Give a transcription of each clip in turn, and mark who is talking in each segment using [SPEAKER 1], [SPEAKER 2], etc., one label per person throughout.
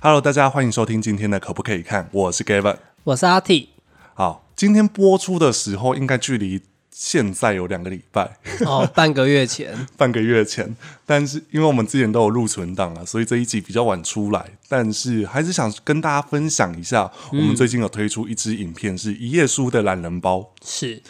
[SPEAKER 1] Hello，大家欢迎收听今天的可不可以看？我是 Gavin。
[SPEAKER 2] 我是 阿 T。
[SPEAKER 1] 好，今天播出的时候应该距离现在有两个礼拜，
[SPEAKER 2] 哦，半个月前，
[SPEAKER 1] 半个月前。但是因为我们之前都有录存档啊，所以这一集比较晚出来。但是还是想跟大家分享一下，我们最近有推出一支影片，是一页书的懒人包。
[SPEAKER 2] 是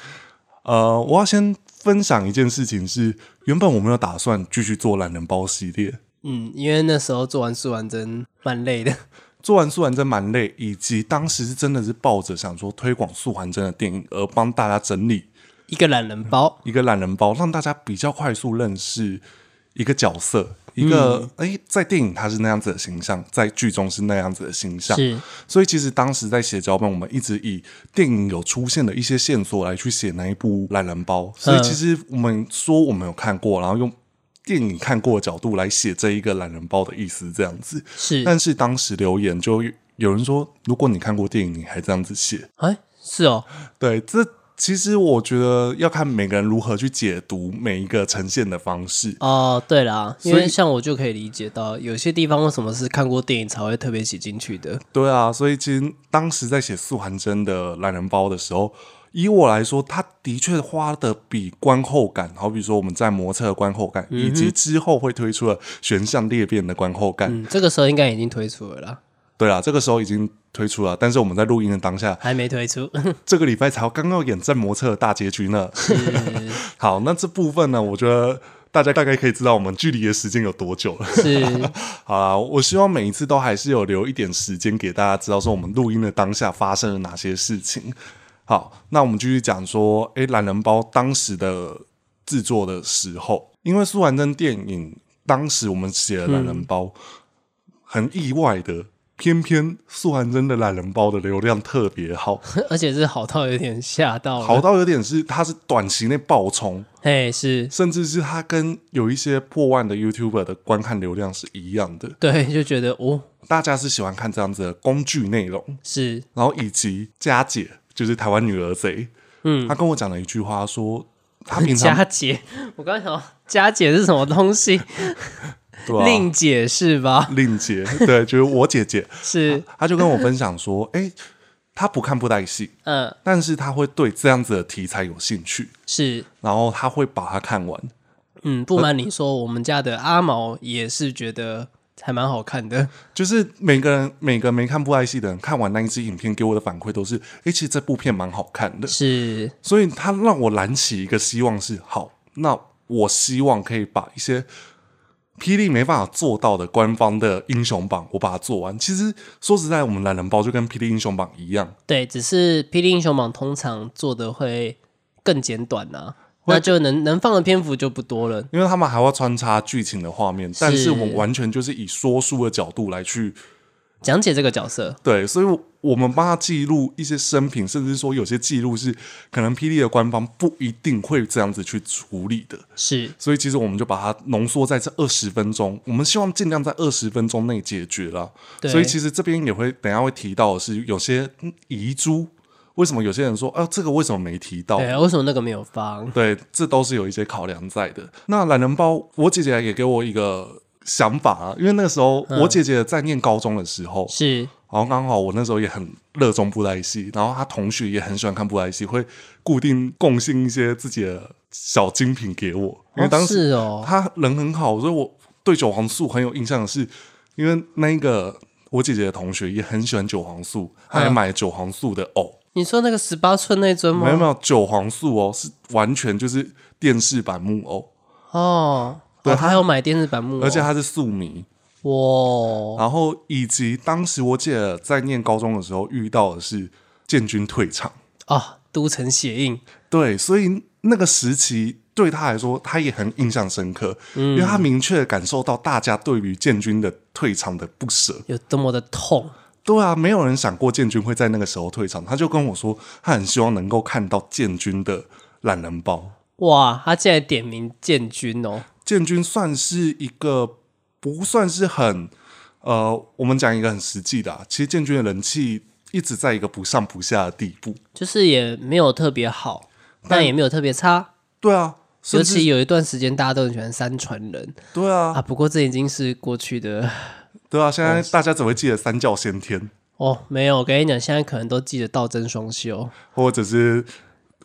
[SPEAKER 1] 呃，我要先分享一件事情是，原本我没有打算继续做懒人包系列。
[SPEAKER 2] 嗯，因为那时候做完素完真蛮累的，
[SPEAKER 1] 做完素还真蛮累，以及当时是真的是抱着想说推广素还真的电影而帮大家整理
[SPEAKER 2] 一个懒人包，
[SPEAKER 1] 一个懒人包，让大家比较快速认识一个角色，一个哎、诶在电影他是那样子的形象，在剧中是那样子的形象。
[SPEAKER 2] 是
[SPEAKER 1] 所以其实当时在写脚本，我们一直以电影有出现的一些线索来去写那一部懒人包。所以其实我们说我们有看过，然后用电影看过的角度来写这一个懒人包的意思，这样子。
[SPEAKER 2] 是，
[SPEAKER 1] 但是当时留言就有人说，如果你看过电影，你还这样子写，
[SPEAKER 2] 哎，是哦，
[SPEAKER 1] 对，这其实我觉得要看每个人如何去解读每一个呈现的方式。
[SPEAKER 2] 哦，对啦，因
[SPEAKER 1] 所以
[SPEAKER 2] 为像我就可以理解到，有些地方为什么是看过电影才会特别写进去的，
[SPEAKER 1] 对啊，所以其实当时在写素还真的懒人包的时候，以我来说，他的确花的比观后感，好比说我们在磨测的观后感，以及之后会推出的选项裂变的观后感。
[SPEAKER 2] 嗯，这个时候应该已经推出了啦，
[SPEAKER 1] 对啊，这个时候已经推出了，但是我们在录音的当下，
[SPEAKER 2] 还没推出，
[SPEAKER 1] 这个礼拜才刚要演战魔测的大结局呢。 好，那这部分呢，我觉得大家大概可以知道我们距离的时间有多久了。
[SPEAKER 2] 是
[SPEAKER 1] 好啦，我希望每一次都还是有留一点时间给大家知道，说我们录音的当下发生了哪些事情。好，那我们继续讲说，诶，懒人包当时的制作的时候，因为苏完真电影当时我们写了懒人包，很意外的，偏偏苏完真的懒人包的流量特别好，
[SPEAKER 2] 而且是好到有点吓到了，
[SPEAKER 1] 好到有点是它是短期内爆冲，
[SPEAKER 2] 嘿，是
[SPEAKER 1] 甚至是它跟有一些破万的 YouTuber 的观看流量是一样的。
[SPEAKER 2] 对，就觉得哦，
[SPEAKER 1] 大家是喜欢看这样子的工具内容，
[SPEAKER 2] 是
[SPEAKER 1] 然后以及佳姐就是台湾女儿贼，嗯，她跟我讲了一句话说。她平 常
[SPEAKER 2] 佳姐，我刚才想佳姐是什么东西，
[SPEAKER 1] 对、啊、
[SPEAKER 2] 令姐是吧？
[SPEAKER 1] 令姐，对，就是我姐 姐，
[SPEAKER 2] 是，
[SPEAKER 1] 她就跟我分享说，哎、她不看布袋戏，
[SPEAKER 2] 嗯，
[SPEAKER 1] 但是她会对这样子的题材有兴趣，
[SPEAKER 2] 是。
[SPEAKER 1] 然后她会把它看完。
[SPEAKER 2] 嗯，不瞒你说，我们家的阿毛也是觉得还蛮好看的。
[SPEAKER 1] 就是每个人每个没看布袋戏的人看完那一支影片，给我的反馈都是，哎、其实这部片蛮好看的，
[SPEAKER 2] 是，
[SPEAKER 1] 所以他让我燃起一个希望是，好，那我希望可以把一些霹雳没办法做到的官方的英雄榜，我把它做完。其实说实在，我们懒人包就跟霹雳英雄榜一样，
[SPEAKER 2] 对，只是《霹雳英雄榜》通常做的会更简短呐、
[SPEAKER 1] 会
[SPEAKER 2] 那就能能放的篇幅就不多了。
[SPEAKER 1] 因为他们还会穿插剧情的画面，但是我完全就是以说书的角度来去
[SPEAKER 2] 讲解这个角色，
[SPEAKER 1] 对，所以我我们帮他记录一些生平，甚至说有些记录是可能霹雳的官方不一定会这样子去处理的。
[SPEAKER 2] 是
[SPEAKER 1] 所以其实我们就把它浓缩在这二十分钟，我们希望尽量在二十分钟内解决啦。
[SPEAKER 2] 对
[SPEAKER 1] 所以其实这边也会等一下会提到的是有些嗯遗珠，为什么有些人说啊这个为什么没提到？
[SPEAKER 2] 对，为什么那个没有放？
[SPEAKER 1] 对，这都是有一些考量在的。那懒人包，我姐姐也给我一个想法啊，因为那个时候我姐姐在念高中的时候，
[SPEAKER 2] 嗯是
[SPEAKER 1] 然后刚好我那时候也很热衷布袋戏，然后她同学也很喜欢看布袋戏，会固定贡献一些自己的小精品给我，因为
[SPEAKER 2] 哦
[SPEAKER 1] 当时
[SPEAKER 2] 是哦，
[SPEAKER 1] 他人很好，所以我对九黄素很有印象的是，因为那一个我姐姐的同学也很喜欢九黄素，
[SPEAKER 2] 嗯
[SPEAKER 1] 她还买九黄素的藕，
[SPEAKER 2] 你说那个十八寸那尊吗？
[SPEAKER 1] 没有没有九黄素哦，是完全就是电视版木偶，
[SPEAKER 2] 哦，
[SPEAKER 1] 对啊
[SPEAKER 2] 哦他有买电视版木哦偶，
[SPEAKER 1] 而且她是素迷。
[SPEAKER 2] 哇，
[SPEAKER 1] 然后以及当时我姐在念高中的时候遇到的是建军退场，
[SPEAKER 2] 啊，都城血印，
[SPEAKER 1] 对，所以那个时期。对她来说，她也很印象深刻，因为她明确地感受到大家对于建军的退场的不舍。
[SPEAKER 2] 有多么的痛，
[SPEAKER 1] 对啊，没有人想过建军会在那个时候退场。他就跟我说，他很希望能够看到建军的懒人包。
[SPEAKER 2] 哇，他竟然点名建军哦，
[SPEAKER 1] 建军算是一个不算是很呃，我们讲一个很实际的、啊，其实建军的人气一直在一个不上不下的地步。
[SPEAKER 2] 就是也没有特别好，但也没有特别差。
[SPEAKER 1] 对啊，甚
[SPEAKER 2] 尤
[SPEAKER 1] 至
[SPEAKER 2] 其有一段时间，大家都很喜欢三传人
[SPEAKER 1] 对啊，
[SPEAKER 2] 啊。不过这已经是过去的
[SPEAKER 1] 对啊，现在大家只会记得三教先天，
[SPEAKER 2] 哦，没有，我跟你讲，现在可能都记得道真双修，
[SPEAKER 1] 或者是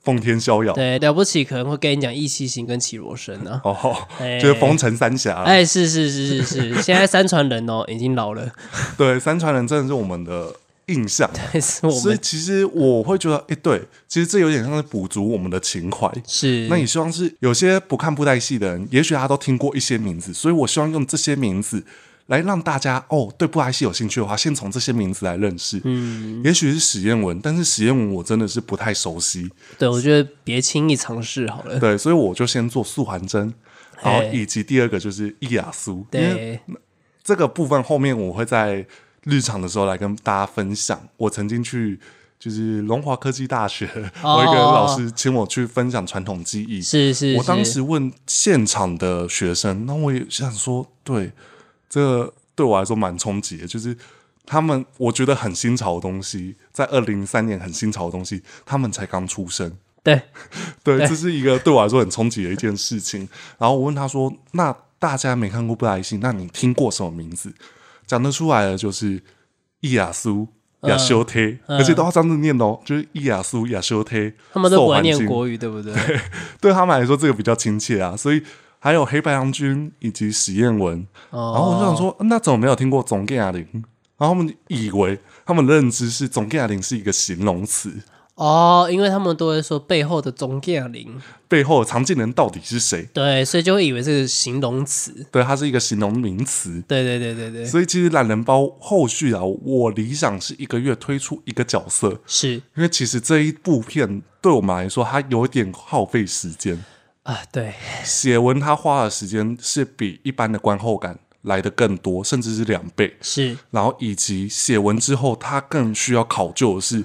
[SPEAKER 1] 奉天逍遥，
[SPEAKER 2] 对，了不起可能会跟你讲易七行跟绮罗生啊，
[SPEAKER 1] 哦，
[SPEAKER 2] 哎
[SPEAKER 1] 就是风尘三侠。
[SPEAKER 2] 哎，是是是是是，现在三传人哦已经老了，
[SPEAKER 1] 对，三传人真的是我们的印象。
[SPEAKER 2] 但是 我
[SPEAKER 1] 所以
[SPEAKER 2] 们
[SPEAKER 1] 其实我会觉得，哎、对，其实这有点像是补足我们的情怀。
[SPEAKER 2] 是
[SPEAKER 1] 那也希望是有些不看布袋戏的人，也许他都听过一些名字，所以我希望用这些名字来让大家哦，对布袋戏有兴趣的话，先从这些名字来认识。嗯，也许是史艳文，但是史艳文我真的是不太熟悉，
[SPEAKER 2] 对我觉得别轻易尝试好了，
[SPEAKER 1] 对，所以我就先做素还真，然后
[SPEAKER 2] 嘿
[SPEAKER 1] 以及第二个就是易雅苏，因为
[SPEAKER 2] 哎对，
[SPEAKER 1] 这个部分后面我会在日常的时候来跟大家分享。我曾经去就是龙华科技大学，
[SPEAKER 2] 哦
[SPEAKER 1] 我一个老师请我去分享传统技艺。
[SPEAKER 2] 是是，
[SPEAKER 1] 我当
[SPEAKER 2] 是
[SPEAKER 1] 时问现场的学生，那我也想说，对，这个对我来说蛮冲击的，就是。他们我觉得很新潮的东西，在二零零三年很新潮的东西，他们才刚出生，
[SPEAKER 2] 对
[SPEAKER 1] 对，这是一个对我来说很冲击的一件事情。然后我问他说：“那大家没看过布莱希，那你听过什么名字？”讲得出来的就是伊亚苏、
[SPEAKER 2] 嗯
[SPEAKER 1] 亚修贴，而且都要这样子念哦，就是伊亚苏、亚修贴。
[SPEAKER 2] 他们都不
[SPEAKER 1] 受
[SPEAKER 2] 会
[SPEAKER 1] 环
[SPEAKER 2] 念
[SPEAKER 1] 境，
[SPEAKER 2] 国语，对不对？
[SPEAKER 1] 对他们来说这个比较亲切啊。所以还有黑白郎君以及史艳文，
[SPEAKER 2] 哦
[SPEAKER 1] 然后我就想说，那怎么没有听过总盖亚林？然后他们以为他们认知是总盖亚林是一个形容词，
[SPEAKER 2] 哦，因为他们都会说背后的中建林，
[SPEAKER 1] 背后的常见人到底是谁？
[SPEAKER 2] 对，所以就会以为这是形容词。
[SPEAKER 1] 对，它是一个形容名词。
[SPEAKER 2] 对对对对对，
[SPEAKER 1] 所以其实懒人包后续啊，我理想是一个月推出一个角色，
[SPEAKER 2] 是
[SPEAKER 1] 因为其实这一部片对我们来说，它有点耗费时间，
[SPEAKER 2] 啊，对，
[SPEAKER 1] 写文它花的时间是比一般的观后感来的更多，甚至是两倍。
[SPEAKER 2] 是
[SPEAKER 1] 然后以及写文之后，它更需要考究的是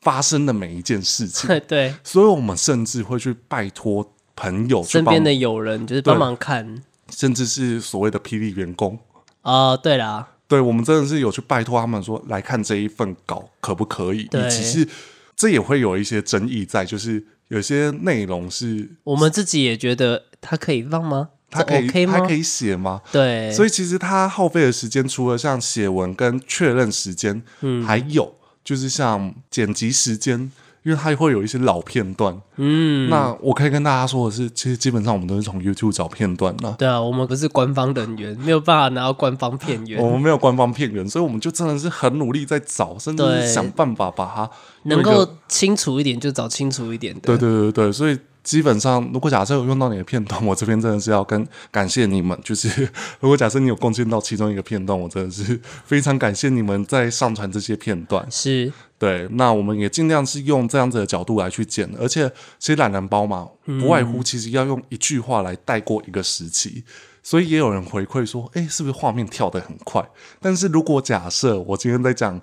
[SPEAKER 1] 发生的每一件事情，
[SPEAKER 2] 对，
[SPEAKER 1] 所以我们甚至会去拜托朋友去
[SPEAKER 2] 身
[SPEAKER 1] 帮
[SPEAKER 2] 边，的友人就是帮忙看。
[SPEAKER 1] 甚至是所谓的霹雳员工。
[SPEAKER 2] 哦，对啦，
[SPEAKER 1] 对我们真的是有去拜托他们说来看这一份稿可不可以，
[SPEAKER 2] 对
[SPEAKER 1] 以及是这也会有一些争议在，就是有些内容是
[SPEAKER 2] 我们自己也觉得他可以放吗？
[SPEAKER 1] 他
[SPEAKER 2] 这
[SPEAKER 1] 可以、
[SPEAKER 2] OK 吗
[SPEAKER 1] 他？可以写吗？
[SPEAKER 2] 对，
[SPEAKER 1] 所
[SPEAKER 2] 以
[SPEAKER 1] 以其实他耗费的时间，除了像写文跟确认时间，
[SPEAKER 2] 嗯
[SPEAKER 1] 还有就是像剪辑时间。因为它会有一些老片段，嗯，那我可以跟大家说的是，其实基本上我们都是从 YouTube 找片段的，
[SPEAKER 2] 对啊，我们不是官方人员，没有办法拿到官方片源，
[SPEAKER 1] 我们没有官方片源，所以我们就真的是很努力在找，甚至
[SPEAKER 2] 对
[SPEAKER 1] 是想办法把它用
[SPEAKER 2] 能
[SPEAKER 1] 一个
[SPEAKER 2] 够清楚一点就找清楚一点的。
[SPEAKER 1] 对对对对，所以基本上，如果假设有用到你的片段，我这边真的是要跟感谢你们。就是 如果假设你有贡献到其中一个片段，我真的是非常感谢你们在上传这些片段。
[SPEAKER 2] 是
[SPEAKER 1] 对，那我们也尽量是用这样子的角度来去剪，而且其实懒人包嘛，不外乎其实要用一句话来带过一个时期。所以也有人回馈说，哎，是不是画面跳得很快？但是如果假设我今天在讲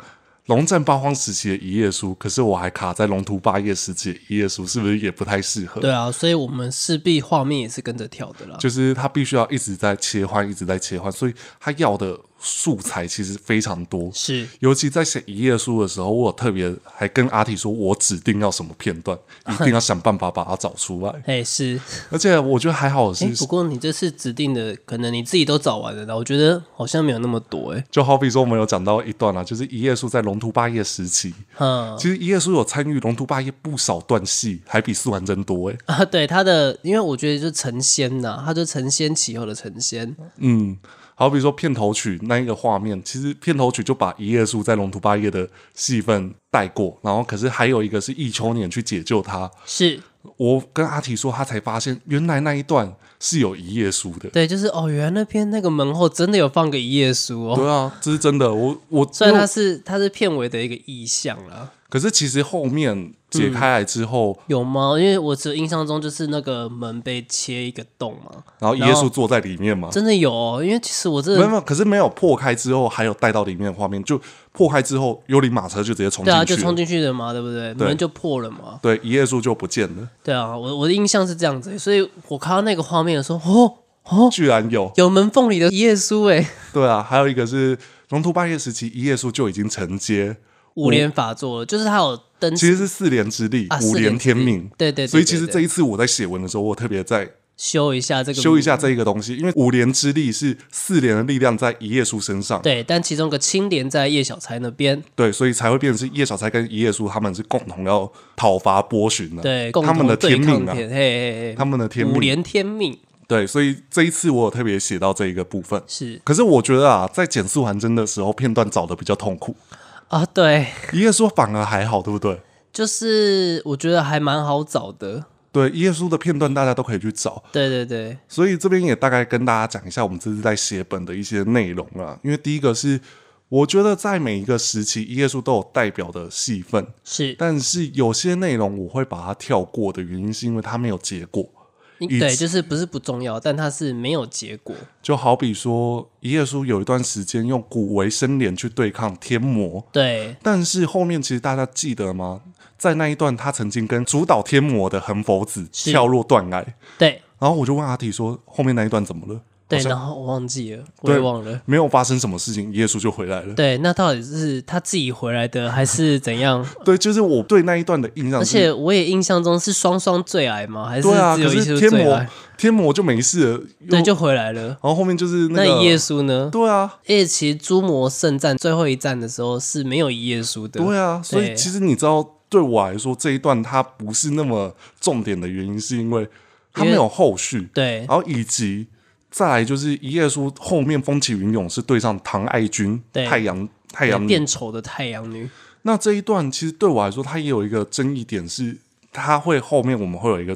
[SPEAKER 1] 龙战八荒时期的一页书，可是我还卡在龙图霸业时期的一页书，是不是也不太适合？
[SPEAKER 2] 对啊，所以我们势必画面也是跟着跳的啦。
[SPEAKER 1] 就是它必须要一直在切换，一直在切换，所以它要的素材其实非常多。
[SPEAKER 2] 是
[SPEAKER 1] 尤其在写一页书的时候，我有特别还跟阿体说，我指定要什么片段，一定要想办法把它找出 来。
[SPEAKER 2] 哎、是，
[SPEAKER 1] 而且我觉得还好的
[SPEAKER 2] 哎、
[SPEAKER 1] 是，
[SPEAKER 2] 不过你这次指定的，可能你自己都找完了啦，我觉得好像没有那么多、哎，
[SPEAKER 1] 就好比说我们有讲到一段啊，就是一页书在龙图霸业时期，
[SPEAKER 2] 嗯
[SPEAKER 1] 其实一页书有参与龙图霸业不少段戏，还比素还真多欸诶、
[SPEAKER 2] 啊，对他的，因为我觉得就是成仙呐、他就成仙起后的成仙，
[SPEAKER 1] 嗯，好比说片头曲那一个画面，其实片头曲就把一页书在龙图霸业的戏份带过，然后可是还有一个是易秋年去解救他。
[SPEAKER 2] 是
[SPEAKER 1] 我跟阿提说，他才发现原来那一段是有一页书的。
[SPEAKER 2] 对，就是哦，原来那边那个门后真的有放个一页书哦，
[SPEAKER 1] 对啊，这是真的。我我
[SPEAKER 2] 虽然
[SPEAKER 1] 因
[SPEAKER 2] 它
[SPEAKER 1] 为
[SPEAKER 2] 是它是片尾的一个意象啦，
[SPEAKER 1] 可是其实后面解开来之后，
[SPEAKER 2] 有吗？因为我只有印象中就是那个门被切一个洞嘛，
[SPEAKER 1] 然后耶稣坐在里面嘛，
[SPEAKER 2] 真的有、哦，因为其实我真
[SPEAKER 1] 没有
[SPEAKER 2] 的
[SPEAKER 1] 没有，可是没有破开之后，还有带到里面的画面，就破开之后，幽灵马车就直接冲
[SPEAKER 2] 对
[SPEAKER 1] 进
[SPEAKER 2] 啊，
[SPEAKER 1] 去
[SPEAKER 2] 就
[SPEAKER 1] 了，
[SPEAKER 2] 冲进去的嘛，对不对？
[SPEAKER 1] 对
[SPEAKER 2] 门就破了嘛。
[SPEAKER 1] 对，一页书就不见了，
[SPEAKER 2] 对啊，我我的印象是这样子，所以我看到那个画面的时候，哦哦，
[SPEAKER 1] 居然有，
[SPEAKER 2] 有门缝里的耶稣哎，
[SPEAKER 1] 对啊，还有一个是龙图半夜时期，一页书就已经承接，
[SPEAKER 2] 五连法座了，就是他有登
[SPEAKER 1] 其实是四连之力，
[SPEAKER 2] 啊
[SPEAKER 1] 五
[SPEAKER 2] 四连
[SPEAKER 1] 连
[SPEAKER 2] 之
[SPEAKER 1] 天
[SPEAKER 2] 力
[SPEAKER 1] 命，
[SPEAKER 2] 对对对对
[SPEAKER 1] 所以其实这
[SPEAKER 2] 对
[SPEAKER 1] 一次我在写文的时候，我特别在
[SPEAKER 2] 修一下这个
[SPEAKER 1] 修一下这一个东西，因为五连之力是四连的力量在一页书身上，
[SPEAKER 2] 对，但其中一个青莲在叶小钗那边，
[SPEAKER 1] 对，所以才会变成是叶小钗跟一页书他们是共同要讨伐波旬的，
[SPEAKER 2] 对，共
[SPEAKER 1] 他们
[SPEAKER 2] 同
[SPEAKER 1] 的
[SPEAKER 2] 对
[SPEAKER 1] 天
[SPEAKER 2] 抗
[SPEAKER 1] 命啊，
[SPEAKER 2] 天，嘿嘿嘿，
[SPEAKER 1] 他们的天
[SPEAKER 2] 五
[SPEAKER 1] 命，
[SPEAKER 2] 连天命
[SPEAKER 1] 对，所以这一次我有特别写到这一个部分。
[SPEAKER 2] 是
[SPEAKER 1] 可是我觉得啊，在减速还真的时候，片段找的比较痛苦。
[SPEAKER 2] 啊，对，
[SPEAKER 1] 一页书反而还好，对不对？
[SPEAKER 2] 就是我觉得还蛮好找的，
[SPEAKER 1] 对，一页书的片段大家都可以去找。
[SPEAKER 2] 对对对，
[SPEAKER 1] 所以这边也大概跟大家讲一下我们这次在写本的一些内容啊。因为第一个是，我觉得在每一个时期，一页书都有代表的戏份，
[SPEAKER 2] 是，
[SPEAKER 1] 但是有些内容我会把它跳过的原因，是因为它没有结果。
[SPEAKER 2] 你
[SPEAKER 1] 以
[SPEAKER 2] 对，
[SPEAKER 1] 及
[SPEAKER 2] 就是不是不重要，但它是没有结果，
[SPEAKER 1] 就好比说，一页书有一段时间用古为生莲去对抗天魔，
[SPEAKER 2] 对，
[SPEAKER 1] 但是后面其实大家记得吗？在那一段，他曾经跟主导天魔的横佛子
[SPEAKER 2] 是
[SPEAKER 1] 跳落断崖，
[SPEAKER 2] 对
[SPEAKER 1] 然后我就问阿提说，后面那一段怎么了？
[SPEAKER 2] 对，
[SPEAKER 1] 好像
[SPEAKER 2] 然后我忘记了，我也
[SPEAKER 1] 对
[SPEAKER 2] 忘了。
[SPEAKER 1] 没有发生什么事情，耶稣就回来了。
[SPEAKER 2] 对，那到底是他自己回来的，还是怎样？
[SPEAKER 1] 对，就是我对那一段的印象
[SPEAKER 2] 而
[SPEAKER 1] 是，
[SPEAKER 2] 且我也印象中是双双最矮吗？还是
[SPEAKER 1] 对啊，
[SPEAKER 2] 只
[SPEAKER 1] 可
[SPEAKER 2] 有一
[SPEAKER 1] 是
[SPEAKER 2] 束
[SPEAKER 1] 天
[SPEAKER 2] 最
[SPEAKER 1] 魔
[SPEAKER 2] 矮？
[SPEAKER 1] 天魔就没事了，又
[SPEAKER 2] 对，就回来了。
[SPEAKER 1] 然后后面就是
[SPEAKER 2] 那
[SPEAKER 1] 个
[SPEAKER 2] 一页书呢？
[SPEAKER 1] 对啊，
[SPEAKER 2] 而且其实诸魔圣战最后一战的时候是没有一页书的。
[SPEAKER 1] 对啊，所以
[SPEAKER 2] 对
[SPEAKER 1] 其实你知道，对我来说这一段它不是那么重点的原因，是因为它没有后续，
[SPEAKER 2] 对
[SPEAKER 1] 然后以及再来就是一页书后面风起云涌是对上唐爱军
[SPEAKER 2] 对
[SPEAKER 1] 太阳太
[SPEAKER 2] 对
[SPEAKER 1] 阳女
[SPEAKER 2] 变丑的太阳女，
[SPEAKER 1] 那这一段其实对我来说，它也有一个争议点是，它会后面我们会有一个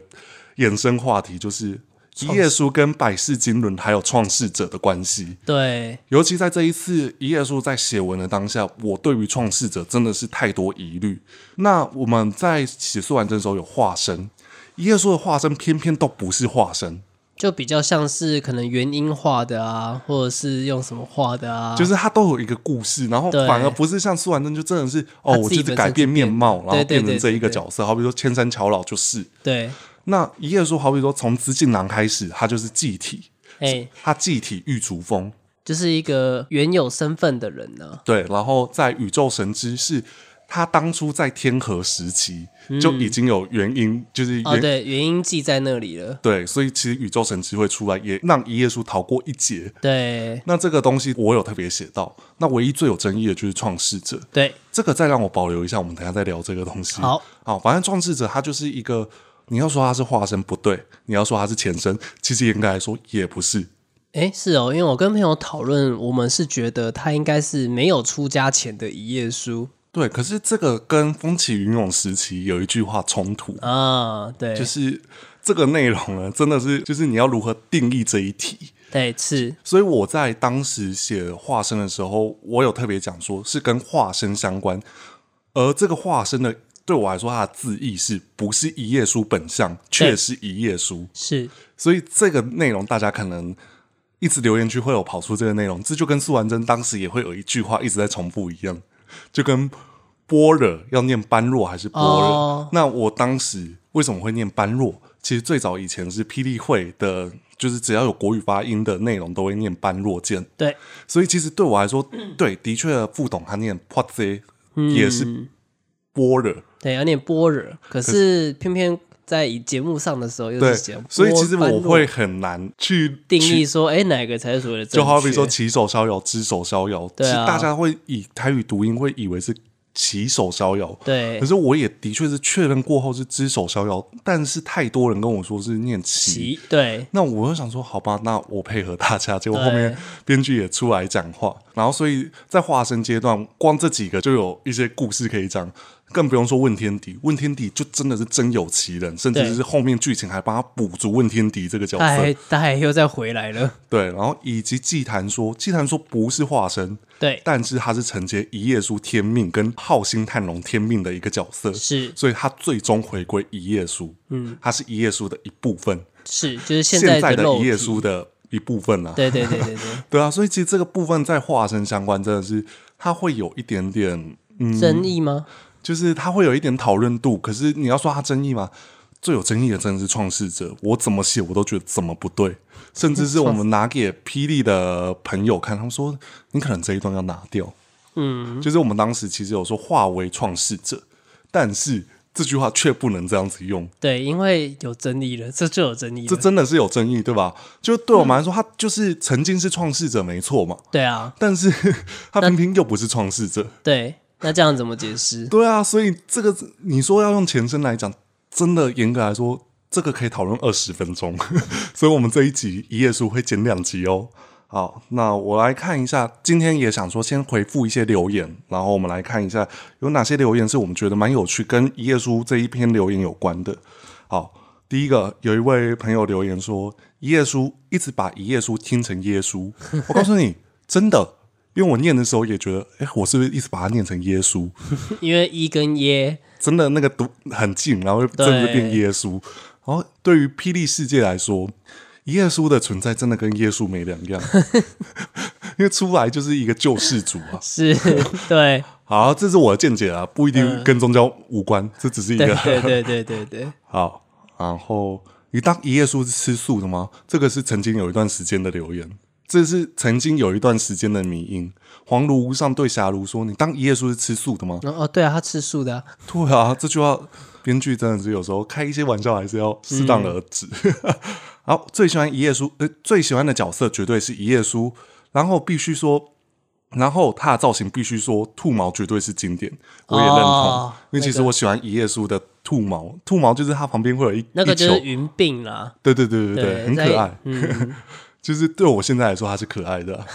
[SPEAKER 1] 衍生话题，就是一页书跟百世经纶还有创世者的关系。
[SPEAKER 2] 对
[SPEAKER 1] 尤其在这一次一页书在写文的当下，我对于创世者真的是太多疑虑。那我们在写素完整的时候有化身，一页书的化身偏偏都不是化身，
[SPEAKER 2] 就比较像是可能原音画的啊，或者是用什么画的啊，
[SPEAKER 1] 就是它都有一个故事，然后
[SPEAKER 2] 对
[SPEAKER 1] 反而不是像苏完真就真的是哦，
[SPEAKER 2] 他
[SPEAKER 1] 我
[SPEAKER 2] 自
[SPEAKER 1] 就
[SPEAKER 2] 己
[SPEAKER 1] 是
[SPEAKER 2] 本身
[SPEAKER 1] 改变
[SPEAKER 2] 去变
[SPEAKER 1] 面貌，然后
[SPEAKER 2] 对对
[SPEAKER 1] 变成
[SPEAKER 2] 对
[SPEAKER 1] 这一个
[SPEAKER 2] 对
[SPEAKER 1] 角色。好比说千山乔老就是，
[SPEAKER 2] 对，
[SPEAKER 1] 那一页书，好比说从紫锦囊开始，它就是祭体，
[SPEAKER 2] 哎、
[SPEAKER 1] 它祭体玉竹峰，
[SPEAKER 2] 就是一个原有身份的人啊呢、
[SPEAKER 1] 对，然后在宇宙神之是。他当初在天河时期就已经有原因，就是原、
[SPEAKER 2] 嗯哦，对，原因记在那里了。
[SPEAKER 1] 对所以其实宇宙神之会出来，也让一页书逃过一劫。
[SPEAKER 2] 对
[SPEAKER 1] 那这个东西我有特别写到，那唯一最有争议的就是创世者，
[SPEAKER 2] 对，
[SPEAKER 1] 这个再让我保留一下，我们等一下再聊这个东西。
[SPEAKER 2] 好，
[SPEAKER 1] 好，反正创世者他就是一个，你要说他是化身不对，你要说他是前身，其实严格来说也不是，
[SPEAKER 2] 哎，是哦，因为我跟朋友讨论，我们是觉得他应该是没有出家前的一页书
[SPEAKER 1] 对，可是这个跟风起云涌时期有一句话冲突，
[SPEAKER 2] 啊，对，
[SPEAKER 1] 就是这个内容呢，真的是就是你要如何定义这一题。
[SPEAKER 2] 对，是，
[SPEAKER 1] 所以我在当时写化身的时候，我有特别讲说是跟化身相关，而这个化身的对我来说，它的字义是不是一页书本相，却是一页书。
[SPEAKER 2] 是，
[SPEAKER 1] 所以这个内容大家可能一直留言区会有跑出这个内容，这就跟素完真当时也会有一句话一直在重复一样，就跟般若要念般若还是般若？
[SPEAKER 2] 哦
[SPEAKER 1] 那我当时为什么会念般若？其实最早以前是霹雳会的，就是只要有国语发音的内容都会念般若见，
[SPEAKER 2] 对，
[SPEAKER 1] 所以其实对我来说，
[SPEAKER 2] 嗯
[SPEAKER 1] 对，的确副董他念 p o t 也是般若。
[SPEAKER 2] 对，有点般若，可是偏偏在以节目上的时候又
[SPEAKER 1] 对
[SPEAKER 2] 是讲，，
[SPEAKER 1] 所以其实
[SPEAKER 2] 般
[SPEAKER 1] 我
[SPEAKER 2] 若
[SPEAKER 1] 会很难去
[SPEAKER 2] 定
[SPEAKER 1] 去
[SPEAKER 2] 义说，哎，哪个才是所谓的正
[SPEAKER 1] 就好比
[SPEAKER 2] 确
[SPEAKER 1] 说起手逍遥、只手逍遥，其
[SPEAKER 2] 对啊
[SPEAKER 1] 实大家会以台语读音会以为是起手逍遥，
[SPEAKER 2] 对
[SPEAKER 1] 可是我也的确是确认过后是只手逍遥，但是太多人跟我说是念起，
[SPEAKER 2] 其对
[SPEAKER 1] 那我就想说好吧，那我配合大家。结果
[SPEAKER 2] 对
[SPEAKER 1] 后面编剧也出来讲话，然后所以在化身阶段，光这几个就有一些故事可以讲。更不用说问天敌，问天敌就真的是真有其人，甚
[SPEAKER 2] 对哎
[SPEAKER 1] 至是后面剧情还帮他补足问天敌这个角
[SPEAKER 2] 他
[SPEAKER 1] 色
[SPEAKER 2] 还。他还又再回来了，
[SPEAKER 1] 对，然后以及祭坛说，祭坛说不是化身，
[SPEAKER 2] 对，
[SPEAKER 1] 但是他是承接一页书天命跟浩星探龙天命的一个角色，
[SPEAKER 2] 是
[SPEAKER 1] 所以他最终回归一页书，嗯，他是一页书的一部分，
[SPEAKER 2] 是，就是现
[SPEAKER 1] 现
[SPEAKER 2] 在
[SPEAKER 1] 在的
[SPEAKER 2] 肉
[SPEAKER 1] 一页
[SPEAKER 2] 体
[SPEAKER 1] 书的一部分啦、
[SPEAKER 2] 对对对对对，
[SPEAKER 1] 对啊，所以其实这个部分在化身相关真的是，它会有一点点， 嗯，
[SPEAKER 2] 争议吗？
[SPEAKER 1] 就是它会有一点讨论度，可是你要说它争议嘛。最有争议的真的是创世者，我怎么写我都觉得怎么不对，甚至是我们拿给霹雳的朋友看，他们说你可能这一段要拿掉，
[SPEAKER 2] 嗯，
[SPEAKER 1] 就是我们当时其实有说化为创世者，但是这句话却不能这样子用，
[SPEAKER 2] 对，因为有争议了，这就有争议
[SPEAKER 1] 这
[SPEAKER 2] 了。
[SPEAKER 1] 真的是有争议，对吧？就对我们来说，他就是曾经是创世者，没错嘛。
[SPEAKER 2] 对啊，
[SPEAKER 1] 但是 他偏偏又不是创世者，
[SPEAKER 2] 对，那这样怎么解释？
[SPEAKER 1] 对啊，所以这个你说要用前身来讲，真的严格来说，这个可以讨论二十分钟， 所以我们这一集一页书会剪两集哦。好，那我来看一下，今天也想说先回复一些留言，然后我们来看一下有哪些留言是我们觉得蛮有趣，跟一页书这一篇留言有关的。好，第一个有一位朋友留言说，一页书一直把一页书听成耶稣，我告诉你，真的，因为我念的时候也觉得，哎，我是不是一直把它念成耶稣？
[SPEAKER 2] 因为一跟耶，
[SPEAKER 1] 真的那个读很近，然后又真的变耶稣。然后对于霹雳世界来说，耶稣的存在真的跟耶稣没两 样，因为出来就是一个救世主啊。
[SPEAKER 2] 是 对，
[SPEAKER 1] 好，这是我的见解啊，不一定跟宗教无关，这只是一
[SPEAKER 2] 对
[SPEAKER 1] 个
[SPEAKER 2] 对对对对对，
[SPEAKER 1] 好。然后你当一页书是吃素的吗？这个是曾经有一段时间的留言。这是曾经有一段时间的迷因，黄炉上对霞炉说：“你当一页书是吃素的吗？”
[SPEAKER 2] 哦哦，对啊，他吃素的啊、
[SPEAKER 1] 对啊，这句话编剧真的是有时候开一些玩笑还是要适当的而止。
[SPEAKER 2] 嗯
[SPEAKER 1] 好，最喜欢一页书，呃，最喜欢的角色绝对是一页书，然后必须说，然后他的造型必须说，兔毛绝对是经典，我也认同，
[SPEAKER 2] 哦
[SPEAKER 1] 因为其实我喜欢一页书的兔毛，兔毛就是它旁边会有一
[SPEAKER 2] 那个就是
[SPEAKER 1] 一球，
[SPEAKER 2] 云鬓啦，
[SPEAKER 1] 对对对对
[SPEAKER 2] 对，
[SPEAKER 1] 很
[SPEAKER 2] 在
[SPEAKER 1] 可爱。
[SPEAKER 2] 嗯，
[SPEAKER 1] 就是对我现在来说，它是可爱 的。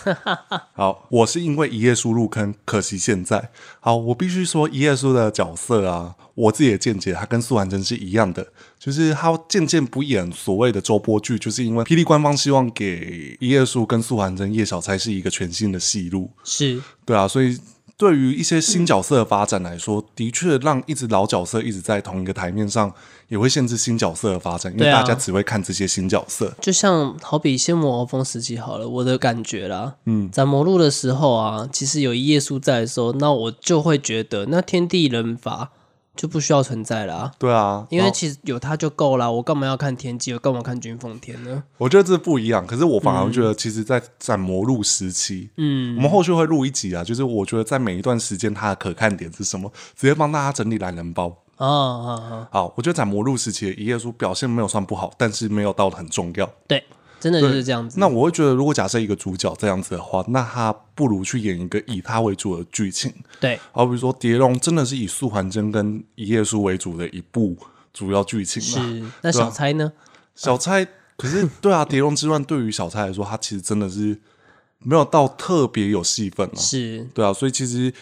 [SPEAKER 1] 好，我是因为一页书入坑，可惜现在。好，我必须说一页书的角色啊，我自己的见解，它跟苏完真是一样的，就是他渐渐不演所谓的周播剧，就是因为霹雳官方希望给一页书跟苏完真、叶小钗是一个全新的戏路。
[SPEAKER 2] 是
[SPEAKER 1] 对啊，所以对于一些新角色的发展来说，的确让一直老角色一直在同一个台面上，也会限制新角色的发展，因为
[SPEAKER 2] 对啊
[SPEAKER 1] 大家只会看这些新角色。
[SPEAKER 2] 就像好比仙魔鳌峰时期好了，我的感觉啦，嗯，斩魔录的时候啊，其实有耶稣在的时候，那我就会觉得那天地人法就不需要存在啦、
[SPEAKER 1] 对啊，
[SPEAKER 2] 因
[SPEAKER 1] 然
[SPEAKER 2] 为
[SPEAKER 1] 后
[SPEAKER 2] 其实有他就够啦，我干嘛要看天机？我干嘛看君奉天呢？
[SPEAKER 1] 我觉得这不一样，可是我反而
[SPEAKER 2] 嗯
[SPEAKER 1] 觉得，其实，在斩魔录时期，嗯，我们后续会录一集啊，就是我觉得在每一段时间它的可看点是什么，直接帮大家整理懒人包。
[SPEAKER 2] 啊啊啊！
[SPEAKER 1] 好，我觉得斩魔录时期的一页书表现没有算不好，但是没有到很重要。
[SPEAKER 2] 对，真的就是这样子。
[SPEAKER 1] 那我会觉得，如果假设一个主角这样子的话，那他不如去演一个以他为主的剧情，
[SPEAKER 2] 对，
[SPEAKER 1] 好比说《蝶龙》真的是以素还真跟一页书为主的一部主要剧情啦。
[SPEAKER 2] 是。那小猜呢？
[SPEAKER 1] 小蔡，可是对啊，《蝶龙之乱》对于小蔡来说，他其实真的是没有到特别有戏份啊。
[SPEAKER 2] 是，
[SPEAKER 1] 对啊，所以其实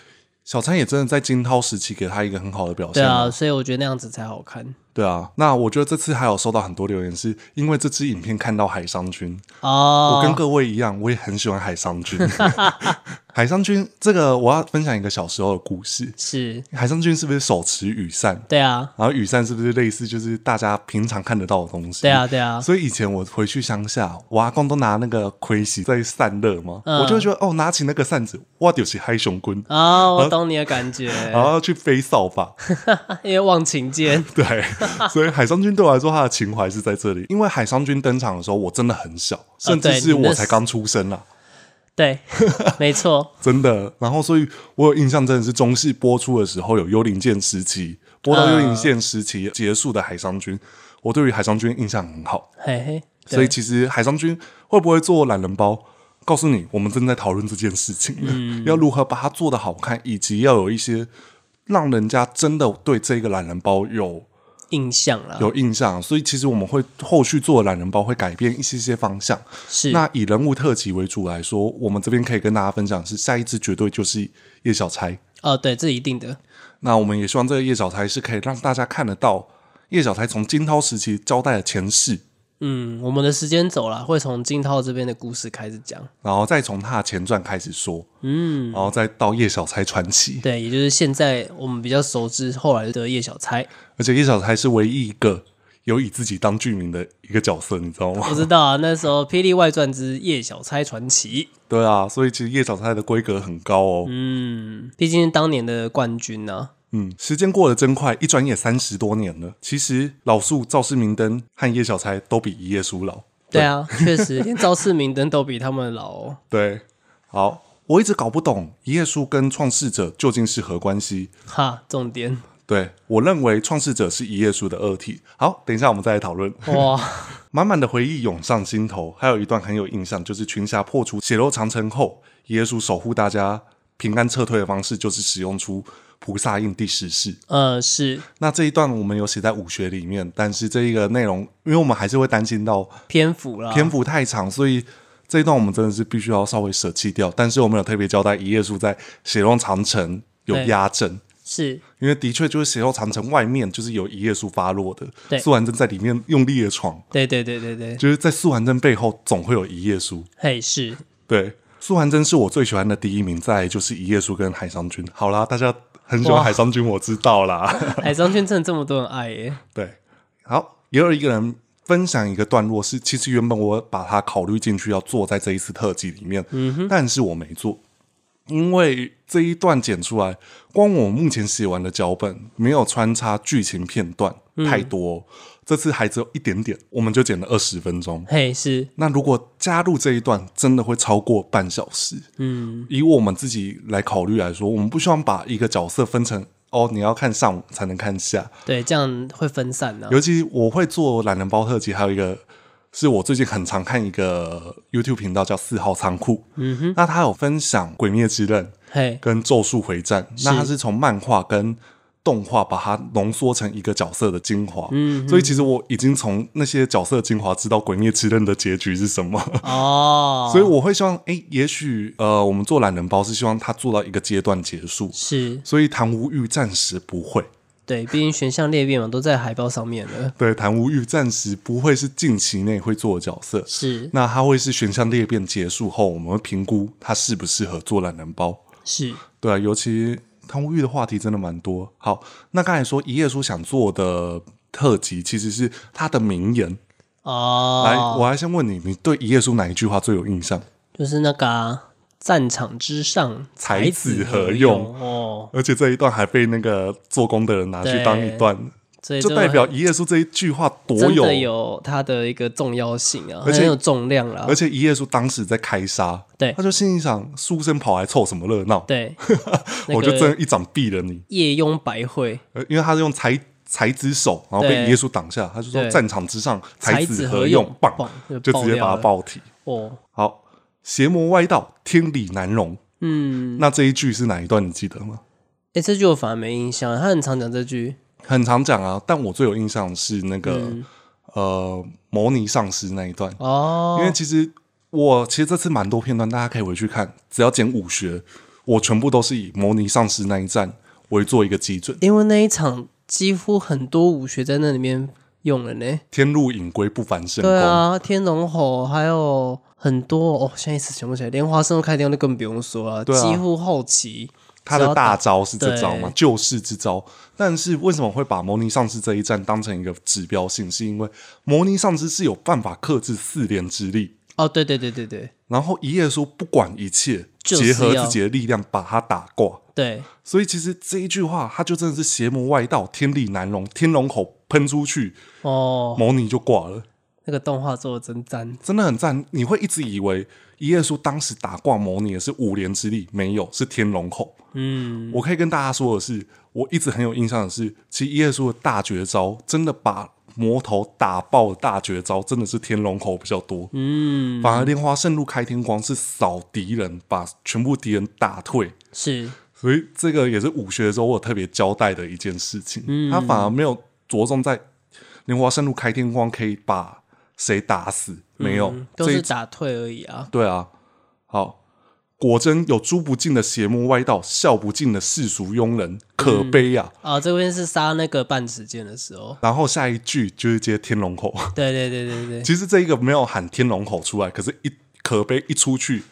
[SPEAKER 1] 小蔡也真的在金涛时期给他一个很好的表
[SPEAKER 2] 对
[SPEAKER 1] 现啊、
[SPEAKER 2] 啊，所以我觉得那样子才好看
[SPEAKER 1] 对啊，那我觉得这次还有收到很多留言，是因为这支影片看到海商君。我跟
[SPEAKER 2] 哦。
[SPEAKER 1] 各位一样，我也很喜欢海商君。 海商君，这个我要分享一个小时候的故事。
[SPEAKER 2] 是，
[SPEAKER 1] 海商君是不是手持雨伞？
[SPEAKER 2] 对啊，
[SPEAKER 1] 然后雨伞是不是类似就是大家平常看得到的东西？
[SPEAKER 2] 对啊，对啊，
[SPEAKER 1] 所以以前我回去乡下，我阿公都拿那个盔洗在散热嘛，
[SPEAKER 2] 嗯
[SPEAKER 1] 我就会觉得哦，拿起那个扇子，哇，就是嗨熊棍，
[SPEAKER 2] 啊，我懂你的感觉，
[SPEAKER 1] 然后要去飞扫把。
[SPEAKER 2] 因为忘情 间，
[SPEAKER 1] 对，所以海商君对我来说，他的情怀是在这里。因为海商君登场的时候，我真的很小，甚至
[SPEAKER 2] 哦对
[SPEAKER 1] 是
[SPEAKER 2] 你那
[SPEAKER 1] 我
[SPEAKER 2] 是
[SPEAKER 1] 才刚出生啊啦，
[SPEAKER 2] 对，没错，
[SPEAKER 1] 真的。然后，所以我有印象，真的是中视播出的时候有《幽灵剑》时期，播到《幽灵剑》时期结束的海商君，我对于海商君印象很好。
[SPEAKER 2] 嘿嘿，对
[SPEAKER 1] 所以其实海商君会不会做懒人包？告诉你，我们正在讨论这件事情，要如何把它做得好看，以及要有一些让人家真的对这个懒人包有
[SPEAKER 2] 印象啦，
[SPEAKER 1] 有印象。所以其实我们会后续做的懒人包会改变一些些方向。
[SPEAKER 2] 是
[SPEAKER 1] 那以人物特辑为主来说，我们这边可以跟大家分享是下一支绝对就是叶小钗。
[SPEAKER 2] 哦，对，这一定的，
[SPEAKER 1] 那我们也希望这个叶小钗是可以让大家看得到叶小钗从金涛时期交代的前世，
[SPEAKER 2] 嗯，我们的时间走了，会从金涛这边的故事开始讲，
[SPEAKER 1] 然后再从他的前传开始说，嗯，然后再到叶小钗传奇，
[SPEAKER 2] 对，也就是现在我们比较熟知后来的叶小钗，
[SPEAKER 1] 而且叶小钗是唯一一个有以自己当剧名的一个角色，你知道吗？
[SPEAKER 2] 我知道啊，那时候《霹雳外传之叶小钗传奇》，
[SPEAKER 1] 对啊，所以其实叶小钗的规格很高哦。
[SPEAKER 2] 嗯，毕竟是当年的冠军啊呢、
[SPEAKER 1] 嗯，时间过得真快，一转眼三十多年了。其实老树、赵世明灯和叶小钗都比一页书老。
[SPEAKER 2] 对啊， 确实，连赵世明灯都比他们老、哦。
[SPEAKER 1] 对，好，我一直搞不懂一页书跟创世者究竟是何关系。
[SPEAKER 2] 哈，重点
[SPEAKER 1] 对我认为创世者是一页书的二体。好，等一下我们再来讨论。
[SPEAKER 2] 哇，
[SPEAKER 1] 满满的回忆涌上心头，还有一段很有印象，就是群侠破除血肉长城后，耶稣守护大家平安撤退的方式，就是使用出菩萨印第十式。
[SPEAKER 2] 呃，是
[SPEAKER 1] 那这一段我们有写在武学里面，但是这一个内容，因为我们还是会担心到
[SPEAKER 2] 篇幅啦，
[SPEAKER 1] 篇幅太长，所以这一段我们真的是必须要稍微舍弃掉。但是我们有特别交代，一页书在血肉长城有
[SPEAKER 2] 对
[SPEAKER 1] 压阵。
[SPEAKER 2] 是
[SPEAKER 1] 因为的确就是血肉长城外面就是有一页书发落的，
[SPEAKER 2] 对
[SPEAKER 1] 苏完真在里面用力的闯，
[SPEAKER 2] 对对对对对，
[SPEAKER 1] 就是在苏完真背后总会有一页书。
[SPEAKER 2] 嘿是，
[SPEAKER 1] 对，苏完真是我最喜欢的第一名，再来就是一页书跟海商君。好啦，大家很喜欢
[SPEAKER 2] 哇
[SPEAKER 1] 海商君，我知道啦。
[SPEAKER 2] 海商圈真的这么多人爱耶，
[SPEAKER 1] 对，好，也有一个人分享一个段落是，其实原本我把它考虑进去要做在这一次特辑里面，但是我没做。因为这一段剪出来，光我目前写完的脚本没有穿插剧情片段太多哦、这次还只有一点点，我们就剪了二十分钟。
[SPEAKER 2] 嘿是，
[SPEAKER 1] 那如果加入这一段，真的会超过半小时。嗯，以我们自己来考虑来说，我们不希望把一个角色分成哦，你要看上午才能看下。
[SPEAKER 2] 对，这样会分散啊呢、
[SPEAKER 1] 尤其我会做懒人包特辑，还有一个是我最近很常看一个 YouTube 频道叫四号仓库。嗯哼，那他有分享《鬼灭之刃》
[SPEAKER 2] 嘿
[SPEAKER 1] 跟《咒术回战》，那他是从漫画跟动画把它浓缩成一个角色的精华。嗯，所以其实我已经从那些角色的精华知道《鬼灭之刃》的结局是什么。
[SPEAKER 2] 哦，
[SPEAKER 1] 所以我会希望，哎、也许呃，我们做懒人包是希望他做到一个阶段结束，
[SPEAKER 2] 是
[SPEAKER 1] 所以谭无欲暂时不会，
[SPEAKER 2] 对，毕竟选项裂变嘛，都在海报上面了，
[SPEAKER 1] 对，谭无欲暂时不会是近期内会做的角色，
[SPEAKER 2] 是
[SPEAKER 1] 那他会是选项裂变结束后，我们会评估他适不适合做懒人包，
[SPEAKER 2] 是，
[SPEAKER 1] 对啊，尤其贪污欲的话题真的蛮多。好，那刚才说一页书想做的特辑其实是他的名言，
[SPEAKER 2] 哦，
[SPEAKER 1] 来，我还先问你，你对一页书哪一句话最有印象？
[SPEAKER 2] 就是那个啊、战场之上，
[SPEAKER 1] 才
[SPEAKER 2] 才
[SPEAKER 1] 子
[SPEAKER 2] 子
[SPEAKER 1] 何
[SPEAKER 2] 何
[SPEAKER 1] 用
[SPEAKER 2] 哦，
[SPEAKER 1] 而且这一段还被那个做工的人拿去当一段，
[SPEAKER 2] 所以
[SPEAKER 1] 就
[SPEAKER 2] 这
[SPEAKER 1] 代
[SPEAKER 2] 个
[SPEAKER 1] 表一页书这一句话多
[SPEAKER 2] 真
[SPEAKER 1] 有
[SPEAKER 2] 的有它的一个重要性啊，
[SPEAKER 1] 而且
[SPEAKER 2] 很有重量啦
[SPEAKER 1] 而。且一页书当时在开杀，
[SPEAKER 2] 对
[SPEAKER 1] 他就心里想：书生跑来凑什么热闹？
[SPEAKER 2] 对，那
[SPEAKER 1] 我就
[SPEAKER 2] 个
[SPEAKER 1] 真的一掌毙了你！
[SPEAKER 2] 夜拥百惠，
[SPEAKER 1] 呃因为他是用才才子手，然后被
[SPEAKER 2] 对
[SPEAKER 1] 一页书挡下，他就说：“
[SPEAKER 2] 对
[SPEAKER 1] 战场之上，才
[SPEAKER 2] 子
[SPEAKER 1] 何
[SPEAKER 2] 用？
[SPEAKER 1] 棒！”
[SPEAKER 2] 棒
[SPEAKER 1] 就
[SPEAKER 2] 爆
[SPEAKER 1] 直接
[SPEAKER 2] 掉
[SPEAKER 1] 把
[SPEAKER 2] 了
[SPEAKER 1] 它爆体。
[SPEAKER 2] 哦，
[SPEAKER 1] 好，邪魔歪道，天理难容。
[SPEAKER 2] 嗯，
[SPEAKER 1] 那这一句是哪一段？你记得吗？
[SPEAKER 2] 哎，这句我反而没印象，他很常讲这句，
[SPEAKER 1] 很常讲啊，但我最有印象是那个、
[SPEAKER 2] 嗯
[SPEAKER 1] 呃，摩尼上师那一段。啊因为
[SPEAKER 2] 哦，
[SPEAKER 1] 其实我其实这次蛮多片段，大家可以回去看。只要剪武学，我全部都是以模拟丧尸那一战为做一个基准。
[SPEAKER 2] 因为那一场几乎很多武学在那里面用了呢。
[SPEAKER 1] 天路隐归不凡神功，
[SPEAKER 2] 对啊，天龙吼还有很多哦，现在一时想不起来，莲花生开天就更不用说了，
[SPEAKER 1] 对啊
[SPEAKER 2] 几乎后期
[SPEAKER 1] 他的大招是这招嘛
[SPEAKER 2] 对，
[SPEAKER 1] 救世之招。但是为什么会把模拟丧尸这一战当成一个指标性？是因为模拟丧尸是有办法克制四连之力，
[SPEAKER 2] 哦，对对对对对
[SPEAKER 1] 然后一页书不管一切，
[SPEAKER 2] 就是
[SPEAKER 1] 结合
[SPEAKER 2] 要
[SPEAKER 1] 自己的力量把它打挂。
[SPEAKER 2] 对，
[SPEAKER 1] 所以其实这一句话，它就真的是邪魔外道，天理难容，天龙口喷出去，
[SPEAKER 2] 哦，
[SPEAKER 1] 模拟就挂了。
[SPEAKER 2] 那个动画做的真赞，
[SPEAKER 1] 真的很赞。你会一直以为一页书当时打挂模拟的是五连之力，没有，是天龙口。
[SPEAKER 2] 嗯，
[SPEAKER 1] 我可以跟大家说的是，我一直很有印象的是，其实一页书的大绝招真的把魔头打爆的大绝招真的是天龙口比较多，嗯，反而莲花圣路开天光是扫敌人，把全部敌人打退。
[SPEAKER 2] 是
[SPEAKER 1] 所以这个也是武学的时候我有特别交代的一件事情，
[SPEAKER 2] 嗯
[SPEAKER 1] 他反而没有着重在莲花圣路开天光可以把谁打死，没有，
[SPEAKER 2] 嗯都
[SPEAKER 1] 哦这一
[SPEAKER 2] 是打退而已啊，
[SPEAKER 1] 对啊，好，果真有诛不尽的邪魔歪道，笑不尽的世俗庸人，可悲啊！
[SPEAKER 2] 啊，这边是杀那个半时间的时候，
[SPEAKER 1] 然后下一句就是接天龙口，
[SPEAKER 2] 对对对对对，
[SPEAKER 1] 其实这一个没有喊天龙口出来，可是一可悲一出去，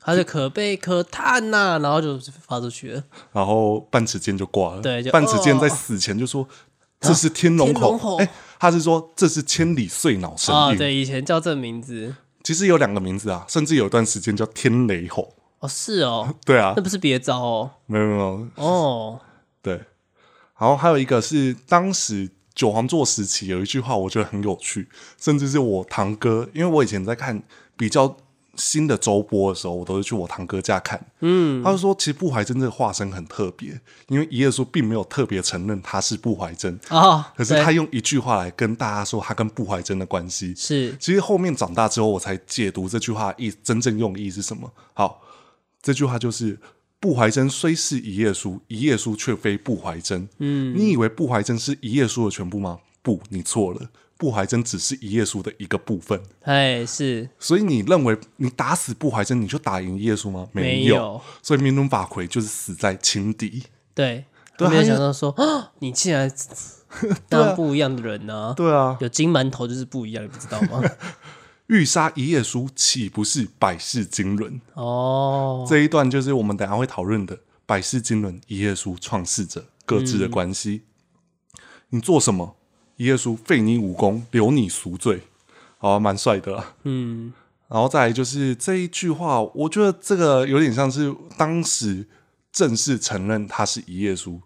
[SPEAKER 2] 他就可悲可叹呐、然后就发出去了，
[SPEAKER 1] 然后半尺剑就挂了。
[SPEAKER 2] 对就
[SPEAKER 1] 半尺剑在
[SPEAKER 2] 哦啊
[SPEAKER 1] 死前就说、这是天龙
[SPEAKER 2] 天龙
[SPEAKER 1] 口，
[SPEAKER 2] 口
[SPEAKER 1] 哎、他是说这是千里碎脑神
[SPEAKER 2] 啊，
[SPEAKER 1] 印。
[SPEAKER 2] 对，以前叫这名字，
[SPEAKER 1] 其实有两个名字啊，甚至有一段时间叫天雷吼。
[SPEAKER 2] 哦，是哦，
[SPEAKER 1] 对啊
[SPEAKER 2] 那，不是别招哦，
[SPEAKER 1] 没有没有，
[SPEAKER 2] 哦，
[SPEAKER 1] 对，然后还有一个是当时九皇座时期有一句话，我觉得很有趣，甚至是我堂哥，因为我以前在看比较新的周播的时候，我都是去我堂哥家看。
[SPEAKER 2] 嗯，
[SPEAKER 1] 他就说，其实布怀真这个化身很特别，因为一页书并没有特别承认他是布怀真，
[SPEAKER 2] 啊，
[SPEAKER 1] 可是
[SPEAKER 2] 对
[SPEAKER 1] 他用一句话来跟大家说他跟布怀真的关系。
[SPEAKER 2] 是
[SPEAKER 1] 其实后面长大之后，我才解读这句话的意真正用意是什么。好，这句话就是布怀真虽是一页书，一页书却非布怀真。
[SPEAKER 2] 嗯，
[SPEAKER 1] 你以为布怀真是一页书的全部吗？不，你错了。布怀真只是一页书的一个部分，
[SPEAKER 2] 哎是
[SPEAKER 1] 所以你认为你打死布怀真，你就打赢一页书吗？
[SPEAKER 2] 没
[SPEAKER 1] 有。
[SPEAKER 2] 有
[SPEAKER 1] 所以明伦法奎就是死在情敌。
[SPEAKER 2] 对，
[SPEAKER 1] 对
[SPEAKER 2] 我没有
[SPEAKER 1] 他就啊
[SPEAKER 2] 想到说啊，你竟 然当不一样的人呢、
[SPEAKER 1] 对啊，
[SPEAKER 2] 有金馒头就是不一样，你不知道 吗？
[SPEAKER 1] 欲杀一页书，岂不是百世经纶？
[SPEAKER 2] 哦，
[SPEAKER 1] 这一段就是我们等一下会讨论的百世经纶、一页书创世者各自的关系。你做什么？一页书废你武功，留你赎罪。好、啊，蛮帅的啦。
[SPEAKER 2] 嗯，
[SPEAKER 1] 然后再来就是这一句话，我觉得这个有点像是当时正式承认他是一页书，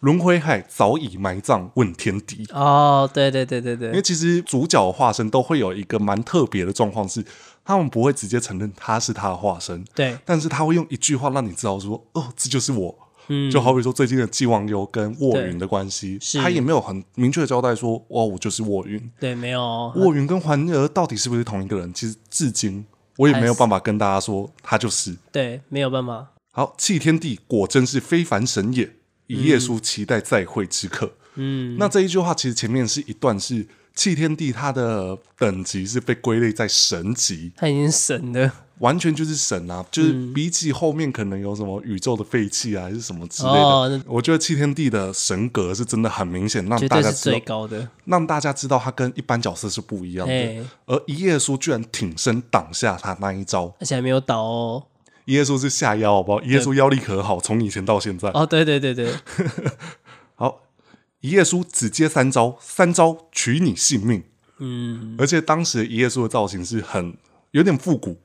[SPEAKER 1] 轮回海早已埋葬问天敌。
[SPEAKER 2] 哦，对对对对
[SPEAKER 1] 因为
[SPEAKER 2] 对，
[SPEAKER 1] 其实主角的化身都会有一个蛮特别的状况是，他们不会直接承认他是他的化身，
[SPEAKER 2] 对，
[SPEAKER 1] 但是他会用一句话让你知道说，哦，这就是我。
[SPEAKER 2] 嗯，
[SPEAKER 1] 就好比说最近的季望优跟卧云的关系，
[SPEAKER 2] 是
[SPEAKER 1] 他也没有很明确的交代说，哦，我就是卧云。
[SPEAKER 2] 对，没有哦，
[SPEAKER 1] 卧云跟环儿到底是不是同一个人？其实至今我也没有办法跟大家说他就是。
[SPEAKER 2] 对，没有办法，
[SPEAKER 1] 好，弃天地果真是非凡神也，以夜书期待再会之客。
[SPEAKER 2] 嗯，
[SPEAKER 1] 那这一句话其实前面是一段是弃天地，它的等级是被归类在神级，
[SPEAKER 2] 他已经 神了，
[SPEAKER 1] 完全就是神啊！就是
[SPEAKER 2] 嗯
[SPEAKER 1] 比起后面可能有什么宇宙的废气啊，还是什么之类的，
[SPEAKER 2] 哦那
[SPEAKER 1] 我觉得弃天地的神格是真的很明显，让
[SPEAKER 2] 绝
[SPEAKER 1] 大
[SPEAKER 2] 对
[SPEAKER 1] 家
[SPEAKER 2] 是
[SPEAKER 1] 知
[SPEAKER 2] 最
[SPEAKER 1] 道，
[SPEAKER 2] 高的，
[SPEAKER 1] 让大家知道他跟一般角色是不一样的。
[SPEAKER 2] 哎，
[SPEAKER 1] 而一页书居然挺身挡下他那一招，
[SPEAKER 2] 而且还没有倒哦，
[SPEAKER 1] 一页书是下腰，好不好？一页书腰力可好，从以前到现在。
[SPEAKER 2] 哦，对对 对对，
[SPEAKER 1] 好，一页书只接三招，三招取你性命。
[SPEAKER 2] 嗯，
[SPEAKER 1] 而且当时一页书的造型是很有点复古。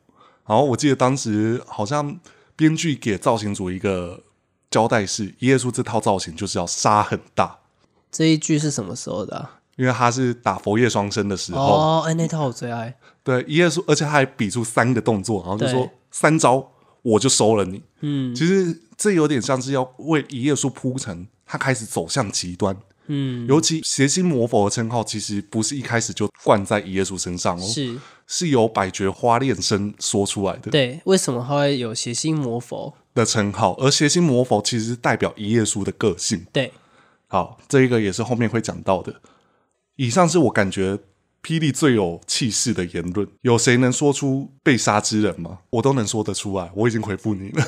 [SPEAKER 1] 然后我记得当时好像编剧给造型组一个交代是，一页书这套造型就是要杀很大，
[SPEAKER 2] 这一句是什么时候的啊、
[SPEAKER 1] 因为他是打佛叶双生的时候，
[SPEAKER 2] 哦，哎，那套我最爱，
[SPEAKER 1] 对一页书，而且他还比出三个动作，然后就说
[SPEAKER 2] 对
[SPEAKER 1] 三招我就收了你。
[SPEAKER 2] 嗯
[SPEAKER 1] 其实这有点像是要为一页书铺陈，他开始走向极端。
[SPEAKER 2] 嗯，
[SPEAKER 1] 尤其邪心魔佛的称号，其实不是一开始就冠在一页书身上哦，
[SPEAKER 2] 是
[SPEAKER 1] 是由百觉花恋生说出来的。
[SPEAKER 2] 对，为什么他会有邪心魔佛？
[SPEAKER 1] 的称号，而邪心魔佛其实是代表一页书的个性。
[SPEAKER 2] 对，
[SPEAKER 1] 好，这一个也是后面会讲到的。以上是我感觉霹雳最有气势的言论，有谁能说出被杀之人吗？我都能说得出来，我已经回复你了，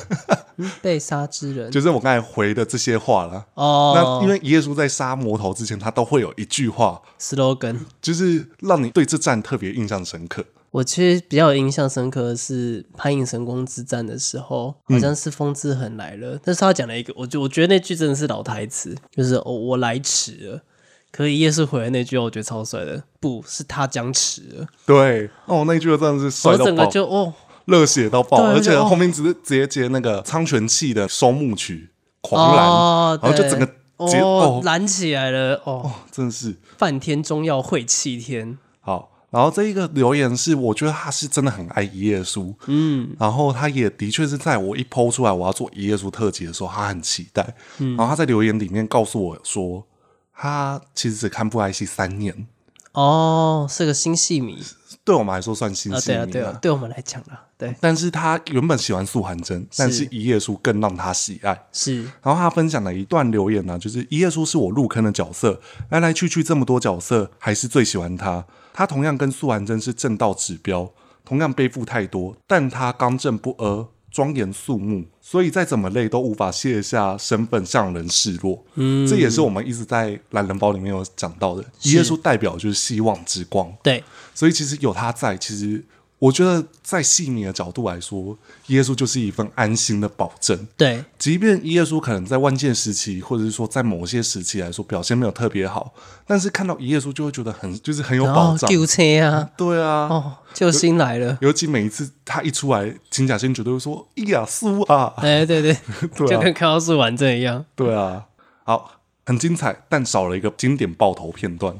[SPEAKER 2] 被杀之人，
[SPEAKER 1] 就是我刚才回的这些话啦。
[SPEAKER 2] 哦，
[SPEAKER 1] 那因为一页书在杀魔头之前，他都会有一句话，
[SPEAKER 2] slogan，
[SPEAKER 1] 就是让你对这战特别印象深刻。
[SPEAKER 2] 我其实比较有印象深刻的是潘影神宫之战的时候，
[SPEAKER 1] 嗯
[SPEAKER 2] 好像是风之痕来了，但是他讲了一个，我就我觉得那句真的是老台词，就是哦我来迟了。可是夜市回来那句，我觉得超帅的，不是他僵持了，
[SPEAKER 1] 对，哦，那一句话真的是帅
[SPEAKER 2] 我
[SPEAKER 1] 到
[SPEAKER 2] 整个
[SPEAKER 1] 爆，
[SPEAKER 2] 就哦，
[SPEAKER 1] 热血到爆，
[SPEAKER 2] 对
[SPEAKER 1] 而且
[SPEAKER 2] 就哦
[SPEAKER 1] 后面直接直接接那个苍泉气的收幕曲《狂澜》
[SPEAKER 2] 哦，
[SPEAKER 1] 然后就
[SPEAKER 2] 对
[SPEAKER 1] 整个直接
[SPEAKER 2] 哦
[SPEAKER 1] 哦
[SPEAKER 2] 燃起来了，哦，
[SPEAKER 1] 真的是
[SPEAKER 2] 梵天中药会气天，
[SPEAKER 1] 好。然后这一个留言是，我觉得他是真的很爱一页书，
[SPEAKER 2] 嗯，
[SPEAKER 1] 然后他也的确是在我一剖出来我要做一页书特辑的时候，他很期待。
[SPEAKER 2] 嗯
[SPEAKER 1] 然后他在留言里面告诉我说，他其实只看布莱希三年，
[SPEAKER 2] 哦，是个新戏迷
[SPEAKER 1] 对我们来说算新
[SPEAKER 2] 啊，
[SPEAKER 1] 戏
[SPEAKER 2] 对
[SPEAKER 1] 迷、
[SPEAKER 2] 啊，对啊，对我们来讲啦，对，
[SPEAKER 1] 但是他原本喜欢素寒真，但是一页书更让他喜爱。
[SPEAKER 2] 是，
[SPEAKER 1] 然后他分享了一段留言呢、啊就是一页书是我入坑的角色，来来去去这么多角色，还是最喜欢他。他同样跟素还真是正道指标，同样背负太多，但他刚正不阿，庄严肃穆，所以再怎么累都无法卸下身份向人示弱。
[SPEAKER 2] 嗯，
[SPEAKER 1] 这也是我们一直在懒人包里面有讲到的，一页书代表就是希望之光，
[SPEAKER 2] 对，
[SPEAKER 1] 所以其实有他在，其实我觉得在细腻的角度来说，耶稣就是一份安心的保证。
[SPEAKER 2] 对，
[SPEAKER 1] 即便耶稣可能在万剑时期，或者是说在某些时期来说表现没有特别好，但是看到耶稣就会觉得很就是很有
[SPEAKER 2] 然
[SPEAKER 1] 保
[SPEAKER 2] 后
[SPEAKER 1] 障。
[SPEAKER 2] 救车啊，
[SPEAKER 1] 对啊，
[SPEAKER 2] 哦，救星来了，
[SPEAKER 1] 尤其每一次他一出来，金甲仙绝对会说“耶稣啊
[SPEAKER 2] 哎，对对，”，
[SPEAKER 1] 对
[SPEAKER 2] 就
[SPEAKER 1] 啊
[SPEAKER 2] 跟，看到是完整一样，
[SPEAKER 1] 对啊，好，很精彩，但少了一个经典爆头片段。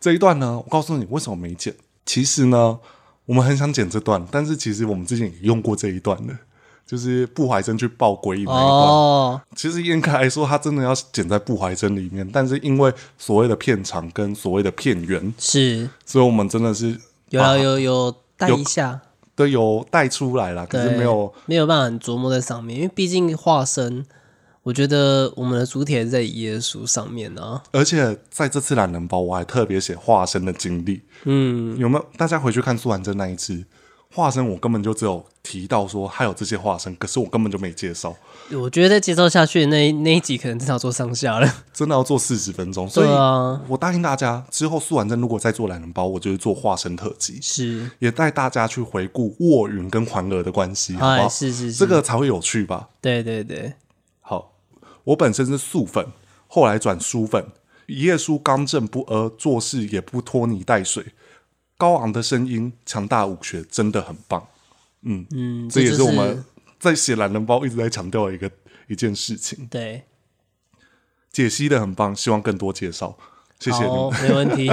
[SPEAKER 1] 这一段呢，我告诉你为什么没剪。其实呢，我们很想剪这段，但是其实我们之前也用过这一段的，就是布怀真去抱鬼影那一段。
[SPEAKER 2] 哦，
[SPEAKER 1] 其实严格来说，他真的要剪在布怀真里面，但是因为所谓的片场跟所谓的片源，
[SPEAKER 2] 是
[SPEAKER 1] 所以我们真的是
[SPEAKER 2] 有
[SPEAKER 1] 把
[SPEAKER 2] 啊有有带
[SPEAKER 1] 有
[SPEAKER 2] 一下，
[SPEAKER 1] 都有带出来了，可
[SPEAKER 2] 对，
[SPEAKER 1] 是没有
[SPEAKER 2] 没有办法很琢磨在上面，因为毕竟化身，我觉得我们的主体还是在耶稣上面啊。
[SPEAKER 1] 而且在这次懒人包，我还特别写化身的经历。嗯，有没有？大家回去看苏完真那一支化身，我根本就只有提到说还有这些化身，可是我根本就没介绍。
[SPEAKER 2] 我觉得再介绍下去那一那一集可能至少做上下了。
[SPEAKER 1] 真的要做四十分钟， 所
[SPEAKER 2] 对
[SPEAKER 1] 以
[SPEAKER 2] 啊，
[SPEAKER 1] 我答应大家，之后苏完真如果再做懒人包，我就是做化身特辑，
[SPEAKER 2] 是，
[SPEAKER 1] 也带大家去回顾卧云跟环娥的关系，好不
[SPEAKER 2] 哎，
[SPEAKER 1] 好？
[SPEAKER 2] 是是是，
[SPEAKER 1] 这个才会有趣吧？
[SPEAKER 2] 对对对，
[SPEAKER 1] 好，我本身是素粉，后来转书粉。一页书刚正不阿，做事也不拖泥带水，高昂的声音，强大武学，真的很棒。
[SPEAKER 2] 嗯，
[SPEAKER 1] 这也
[SPEAKER 2] 就是
[SPEAKER 1] 我们在写懒人包一直在强调的一个一件事情，
[SPEAKER 2] 对，
[SPEAKER 1] 解析的很棒，希望更多介绍。谢谢你们，
[SPEAKER 2] 好，没问题，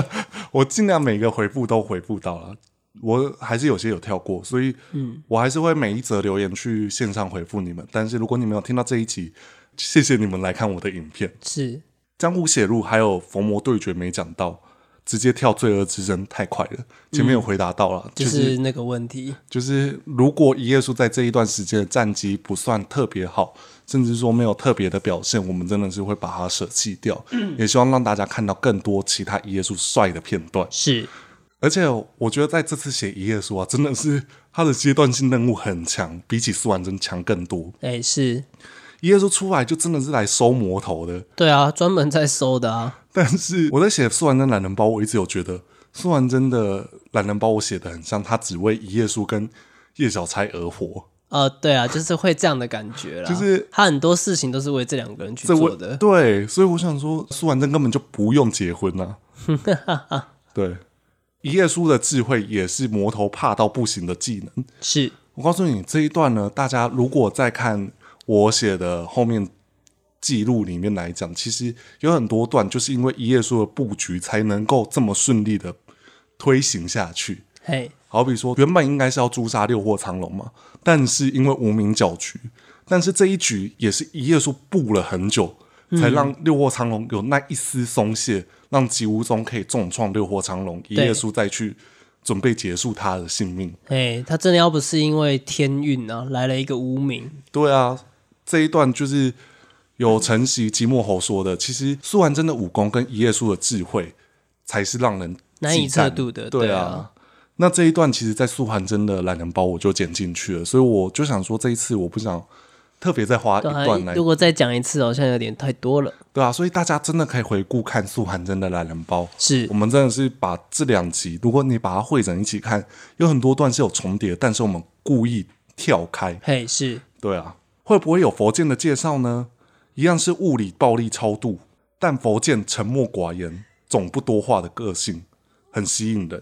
[SPEAKER 1] 我尽量每个回复都回复到了。我还是有些有跳过，所以，嗯，我还是会每一则留言去线上回复你们。但是如果你们有听到这一集，谢谢你们来看我的影片。
[SPEAKER 2] 是
[SPEAKER 1] 江湖写入还有逢魔对决没讲到，直接跳罪恶之声太快了。前面有回答到了，
[SPEAKER 2] 就
[SPEAKER 1] 就是
[SPEAKER 2] 是那个问题，
[SPEAKER 1] 就是如果一页书在这一段时间的战绩不算特别好，甚至说没有特别的表现，我们真的是会把它舍弃掉。也希望让大家看到更多其他一页书帅的片段。
[SPEAKER 2] 是
[SPEAKER 1] 而且我觉得在这次写一页书啊，真的是它的阶段性任务很强，比起苏完真强更多。
[SPEAKER 2] 哎是，
[SPEAKER 1] 一页书出来就真的是来收魔头的，
[SPEAKER 2] 对啊，专门在收的啊，
[SPEAKER 1] 但是我在写苏完真懒人包，我一直有觉得苏完真的懒人包我写的很像他只为一页书跟叶小钗而活，
[SPEAKER 2] 呃，对啊，就是会这样的感觉啦，
[SPEAKER 1] 就是
[SPEAKER 2] 他很多事情都是为这两个人去
[SPEAKER 1] 这我
[SPEAKER 2] 做的，
[SPEAKER 1] 对，所以我想说苏完真根本就不用结婚 啊。对，一页书的智慧也是魔头怕到不行的技能。
[SPEAKER 2] 是
[SPEAKER 1] 我告诉你这一段呢，大家如果在看我写的后面记录里面来讲，其实有很多段就是因为一页书的布局才能够这么顺利的推行下去。
[SPEAKER 2] 嘿，
[SPEAKER 1] 好比说，原本应该是要诛杀六祸苍龙嘛，但是因为无名搅局，但是这一局也是一页书布了很久，才让六祸苍龙有那一丝松懈，让吉无宗可以重创六祸苍龙，一页书再去准备结束他的性命。
[SPEAKER 2] 哎，他真的要不是因为天运啊，来了一个无名，
[SPEAKER 1] 对啊，这一段就是有承袭即墨侯说的，其实苏完真的武功跟一页书的智慧才是让人
[SPEAKER 2] 难以
[SPEAKER 1] 忌惮
[SPEAKER 2] 测度的
[SPEAKER 1] 对
[SPEAKER 2] 对啊。
[SPEAKER 1] 那这一段其实，在苏寒真的懒人包我就剪进去了，所以我就想说，这一次我不想特别再花一
[SPEAKER 2] 对啊
[SPEAKER 1] 段来，
[SPEAKER 2] 如果再讲一次，好像有点太多了，
[SPEAKER 1] 对啊，所以大家真的可以回顾看苏寒真的懒人包。
[SPEAKER 2] 是
[SPEAKER 1] 我们真的是把这两集，如果你把它汇整一起看，有很多段是有重叠，但是我们故意跳开，
[SPEAKER 2] 嘿是
[SPEAKER 1] 对啊，会不会有佛剑的介绍呢？一样是物理暴力超度，但佛剑沉默寡言、总不多话的个性很吸引人。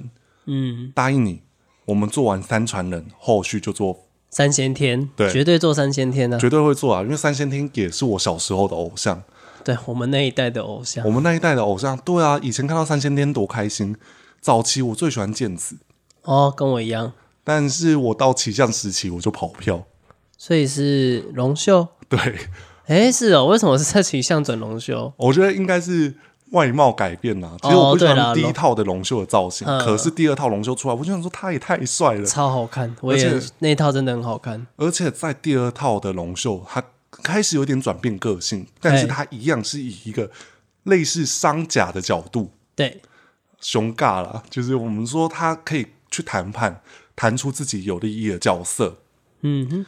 [SPEAKER 2] 嗯，
[SPEAKER 1] 答应你，我们做完三传人，后续就做，
[SPEAKER 2] 三先天，
[SPEAKER 1] 对
[SPEAKER 2] 绝对做三先天呢、啊，
[SPEAKER 1] 绝对会做啊！因为三先天也是我小时候的偶像，
[SPEAKER 2] 对我们那一代的偶像
[SPEAKER 1] 我，们那一代的偶像。对啊，以前看到三先天多开心。早期我最喜欢剑子，
[SPEAKER 2] 哦，跟我一样，
[SPEAKER 1] 但是我到骑象时期我就跑票。
[SPEAKER 2] 所以是龙秀，
[SPEAKER 1] 对，
[SPEAKER 2] 哎是哦，为什么是在取向转龙秀？
[SPEAKER 1] 我觉得应该是外貌改变啦。其实我不喜
[SPEAKER 2] 对啦
[SPEAKER 1] 欢第一
[SPEAKER 2] 龙
[SPEAKER 1] 套的龙秀的造型，
[SPEAKER 2] 嗯
[SPEAKER 1] 可是第二套龙秀出来，我就想说他也太帅了。
[SPEAKER 2] 超好看，我
[SPEAKER 1] 而
[SPEAKER 2] 也
[SPEAKER 1] 且
[SPEAKER 2] 那一套真的很好看，
[SPEAKER 1] 而且在第二套的龙秀，他开始有点转变个性，但是
[SPEAKER 2] 哎
[SPEAKER 1] 他一样是以一个类似商贾的角度，
[SPEAKER 2] 对，
[SPEAKER 1] 雄尬啦，就是我们说他可以去谈判，谈出自己有利益的角色。
[SPEAKER 2] 嗯哼，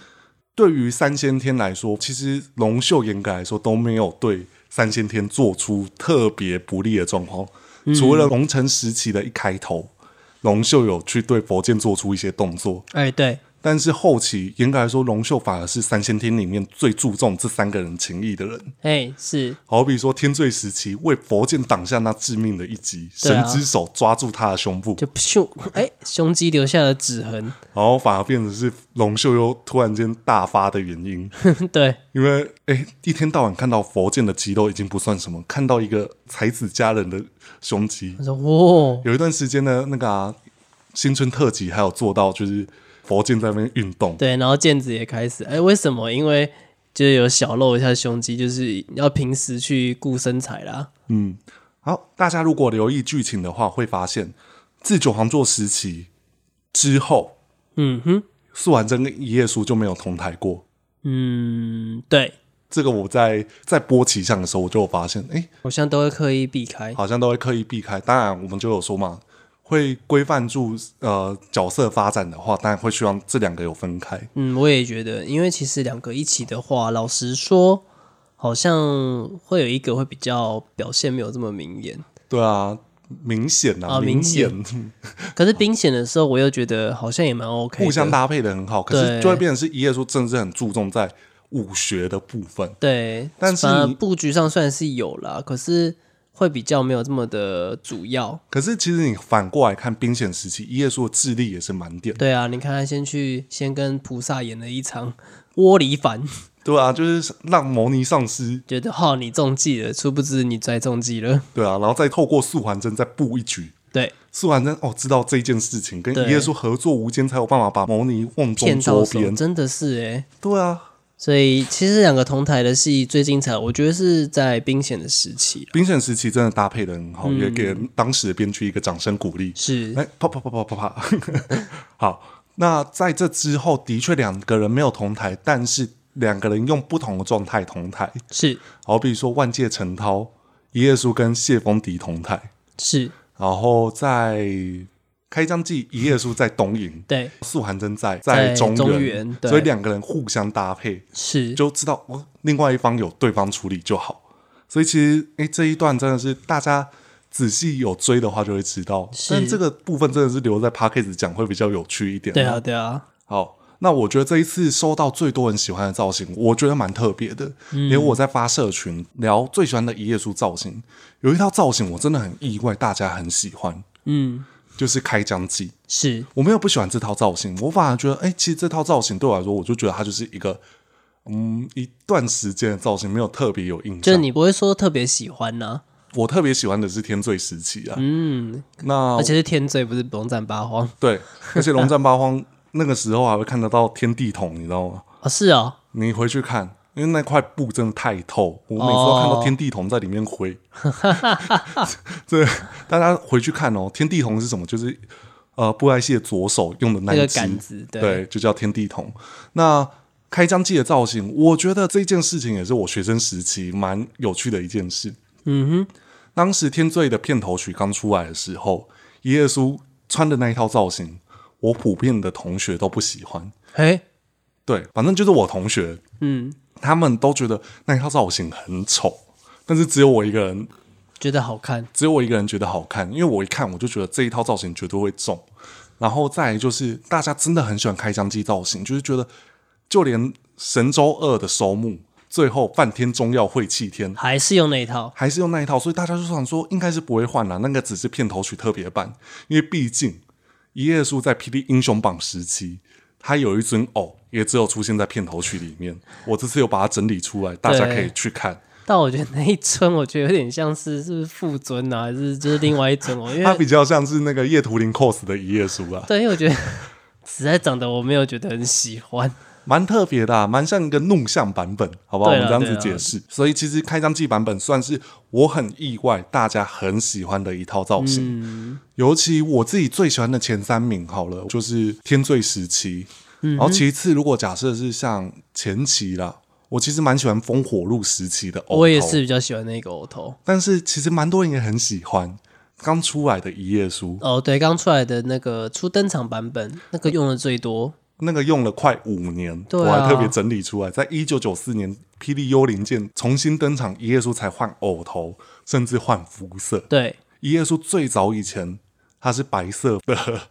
[SPEAKER 1] 对于三先天来说，其实龙秀严格来说都没有对三先天做出特别不利的状况，
[SPEAKER 2] 嗯
[SPEAKER 1] 除了龙城时期的一开头，龙秀有去对佛剑做出一些动作，
[SPEAKER 2] 哎对，
[SPEAKER 1] 但是后期严格来说，龙秀反而是三先天里面最注重这三个人情谊的人。
[SPEAKER 2] 哎是
[SPEAKER 1] 好比说天罪时期为佛剑挡下那致命的一击，
[SPEAKER 2] 对
[SPEAKER 1] 神
[SPEAKER 2] 啊
[SPEAKER 1] 之手抓住他的胸部，
[SPEAKER 2] 就胸哎胸肌留下的指痕，
[SPEAKER 1] 然后反而变成是龙秀又突然间大发的原因。
[SPEAKER 2] 对，
[SPEAKER 1] 因为哎、诶一天到晚看到佛剑的肌肉已经不算什么，看到一个才子佳人的胸肌，
[SPEAKER 2] 我说哇，哦
[SPEAKER 1] 有一段时间呢，那个、啊、新春特辑还有做到就是佛剑在那边运动，
[SPEAKER 2] 对，然后毽子也开始，哎，为什么？因为就是有小露一下胸肌，就是要平时去顾身材啦。
[SPEAKER 1] 嗯，好，大家如果留意剧情的话，会发现自九皇座时期之后，
[SPEAKER 2] 嗯哼，
[SPEAKER 1] 素还真跟一页书就没有同台过。
[SPEAKER 2] 嗯，对，
[SPEAKER 1] 这个我在在播奇象的时候，我就有发现，哎、
[SPEAKER 2] 好像都会刻意避开。
[SPEAKER 1] 好像都会刻意避开。当然，我们就有说嘛，会规范住呃角色发展的话，当然会希望这两个有分开。
[SPEAKER 2] 嗯，我也觉得，因为其实两个一起的话，老实说，好像会有一个会比较表现没有这么明显。
[SPEAKER 1] 对啊，明显啊，
[SPEAKER 2] 啊明显
[SPEAKER 1] 明显，
[SPEAKER 2] 可是冰显的时候，我又觉得好像也蛮 OK 的。
[SPEAKER 1] 互相搭配的很好。可是
[SPEAKER 2] 对
[SPEAKER 1] 就会变成是一页书，真的是很注重在武学的部分。
[SPEAKER 2] 对，
[SPEAKER 1] 但是
[SPEAKER 2] 反而
[SPEAKER 1] 你
[SPEAKER 2] 布局上虽然是有啦，可是会比较没有这么的主要。
[SPEAKER 1] 可是其实你反过来看冰显时期，一页书的智力也是满点。
[SPEAKER 2] 对啊，你看他先去先跟菩萨演了一场窝里反，
[SPEAKER 1] 对啊，就是让牟尼上师，
[SPEAKER 2] 觉得哈、你中计了，殊不知你再中计了。
[SPEAKER 1] 对啊，然后再透过素还真再布一局。
[SPEAKER 2] 对，
[SPEAKER 1] 素还真哦，知道这件事情，跟
[SPEAKER 2] 对
[SPEAKER 1] 一页书合作无间，才有办法把牟尼瓮中
[SPEAKER 2] 骗到
[SPEAKER 1] 捉
[SPEAKER 2] 手，
[SPEAKER 1] 鳖。
[SPEAKER 2] 真的是诶、
[SPEAKER 1] 对啊，
[SPEAKER 2] 所以其实两个同台的戏最精彩，我觉得是在冰显的时期啦
[SPEAKER 1] 冰选时期真的搭配的很
[SPEAKER 2] 嗯
[SPEAKER 1] 好，也给当时的编剧一个掌声鼓励。
[SPEAKER 2] 是
[SPEAKER 1] 哎，啪啪啪啪啪啪， 好。那在这之后，的确两个人没有同台，但是两个人用不同的状态同台。
[SPEAKER 2] 是
[SPEAKER 1] 好比说万界陈涛、一页书跟谢风迪同台，
[SPEAKER 2] 是，
[SPEAKER 1] 然后在开张季，一页书在东营，
[SPEAKER 2] 对，
[SPEAKER 1] 素涵真在
[SPEAKER 2] 在
[SPEAKER 1] 在中原，
[SPEAKER 2] 中原对
[SPEAKER 1] 所以两个人互相搭配，
[SPEAKER 2] 是
[SPEAKER 1] 就知道哦，另外一方有对方处理就好。所以其实，哎，这一段真的是大家仔细有追的话就会知道，
[SPEAKER 2] 是
[SPEAKER 1] 但这个部分真的是留在 p a c k a g e 讲会比较有趣一点。
[SPEAKER 2] 对啊，对啊，
[SPEAKER 1] 好，那我觉得这一次收到最多人喜欢的造型，我觉得蛮特别的。
[SPEAKER 2] 嗯
[SPEAKER 1] 连我在发社群聊最喜欢的一页书造型，有一套造型我真的很意外，大家很喜欢，
[SPEAKER 2] 嗯，
[SPEAKER 1] 就是开疆记。
[SPEAKER 2] 是
[SPEAKER 1] 我没有不喜欢这套造型，我反而觉得，哎、其实这套造型对我来说，我就觉得它就是一个，嗯，一段时间的造型，没有特别有印
[SPEAKER 2] 就是
[SPEAKER 1] 象。
[SPEAKER 2] 你不会说特别喜欢呐、
[SPEAKER 1] 我特别喜欢的是天罪时期啊，
[SPEAKER 2] 嗯，
[SPEAKER 1] 那
[SPEAKER 2] 而且是天罪，不是龙战八荒
[SPEAKER 1] 对，而且龙战八荒那个时候还会看得到天地桶，你知道吗？
[SPEAKER 2] 哦，是哦，
[SPEAKER 1] 你回去看，因为那块布真的太透，我每次都看到天地桶在里面挥。 这大家回去看哦，天地桶是什么？就是呃布莱希的左手用的那一
[SPEAKER 2] 那个
[SPEAKER 1] 只
[SPEAKER 2] 杆子，对，
[SPEAKER 1] 对，就叫天地桶。那开张季的造型，我觉得这件事情也是我学生时期蛮有趣的一件事。
[SPEAKER 2] 嗯哼，
[SPEAKER 1] 当时《天罪》的片头曲刚出来的时候，一页书穿的那一套造型，我普遍的同学都不喜欢。
[SPEAKER 2] 哎，
[SPEAKER 1] 对，反正就是我同学，
[SPEAKER 2] 嗯，
[SPEAKER 1] 他们都觉得那一套造型很丑，但是只有我一个人，
[SPEAKER 2] 觉得好看，
[SPEAKER 1] 只有我一个人觉得好看，因为我一看我就觉得这一套造型绝对会中。然后再来就是大家真的很喜欢开疆机造型，就是觉得就连神州二的收幕，最后梵天中药会气天
[SPEAKER 2] 还是用那一套，
[SPEAKER 1] 还是用那一套，所以大家就想说应该是不会换啦，那个只是片头曲特别版，因为毕竟一页书在 PD 英雄榜时期，它有一尊偶，也只有出现在片头曲里面。我这次有把它整理出来，大家可以去看。
[SPEAKER 2] 但我觉得那一尊，我觉得有点像是是不是副尊啊，还是就是另外一尊哦，因
[SPEAKER 1] 它
[SPEAKER 2] 为
[SPEAKER 1] 比较像是那个叶图灵 cos 的一页书啊，
[SPEAKER 2] 对，因为我觉得实在长得我没有觉得很喜欢，
[SPEAKER 1] 蛮特别的、啊，蛮像一个弄像版本，好不好？我
[SPEAKER 2] 对
[SPEAKER 1] 们
[SPEAKER 2] 啊啦
[SPEAKER 1] 这样子解释。所以其实开张季版本算是我很意外，大家很喜欢的一套造型。
[SPEAKER 2] 嗯，
[SPEAKER 1] 尤其我自己最喜欢的前三名好了，就是天罪时期，
[SPEAKER 2] 嗯
[SPEAKER 1] 然后其次如果假设是像前期啦，我其实蛮喜欢烽火路时期的偶
[SPEAKER 2] 我也
[SPEAKER 1] 头
[SPEAKER 2] 是，比较喜欢那个偶头。
[SPEAKER 1] 但是其实蛮多人也很喜欢刚出来的一页书，
[SPEAKER 2] 哦，对，刚出来的那个初登场版本，那个用的最多。
[SPEAKER 1] 那个用了快五年，
[SPEAKER 2] 对啊
[SPEAKER 1] 我还特别整理出来，在一九九四年《霹雳幽灵剑》重新登场，一页书才换偶头，甚至换肤色。
[SPEAKER 2] 对，
[SPEAKER 1] 一页书最早以前它是白色的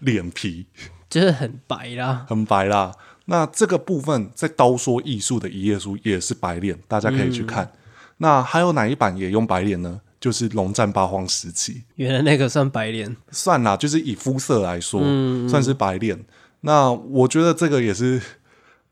[SPEAKER 1] 脸皮，
[SPEAKER 2] 就是很白啦。
[SPEAKER 1] 很白啦。那这个部分在刀说艺术的一页书也是白脸，大家可以去
[SPEAKER 2] 嗯
[SPEAKER 1] 看。那还有哪一版也用白脸呢？就是龙战八荒时期，
[SPEAKER 2] 原来那个算白脸，
[SPEAKER 1] 算啦，就是以肤色来说，
[SPEAKER 2] 嗯
[SPEAKER 1] 算是白脸。那我觉得这个也是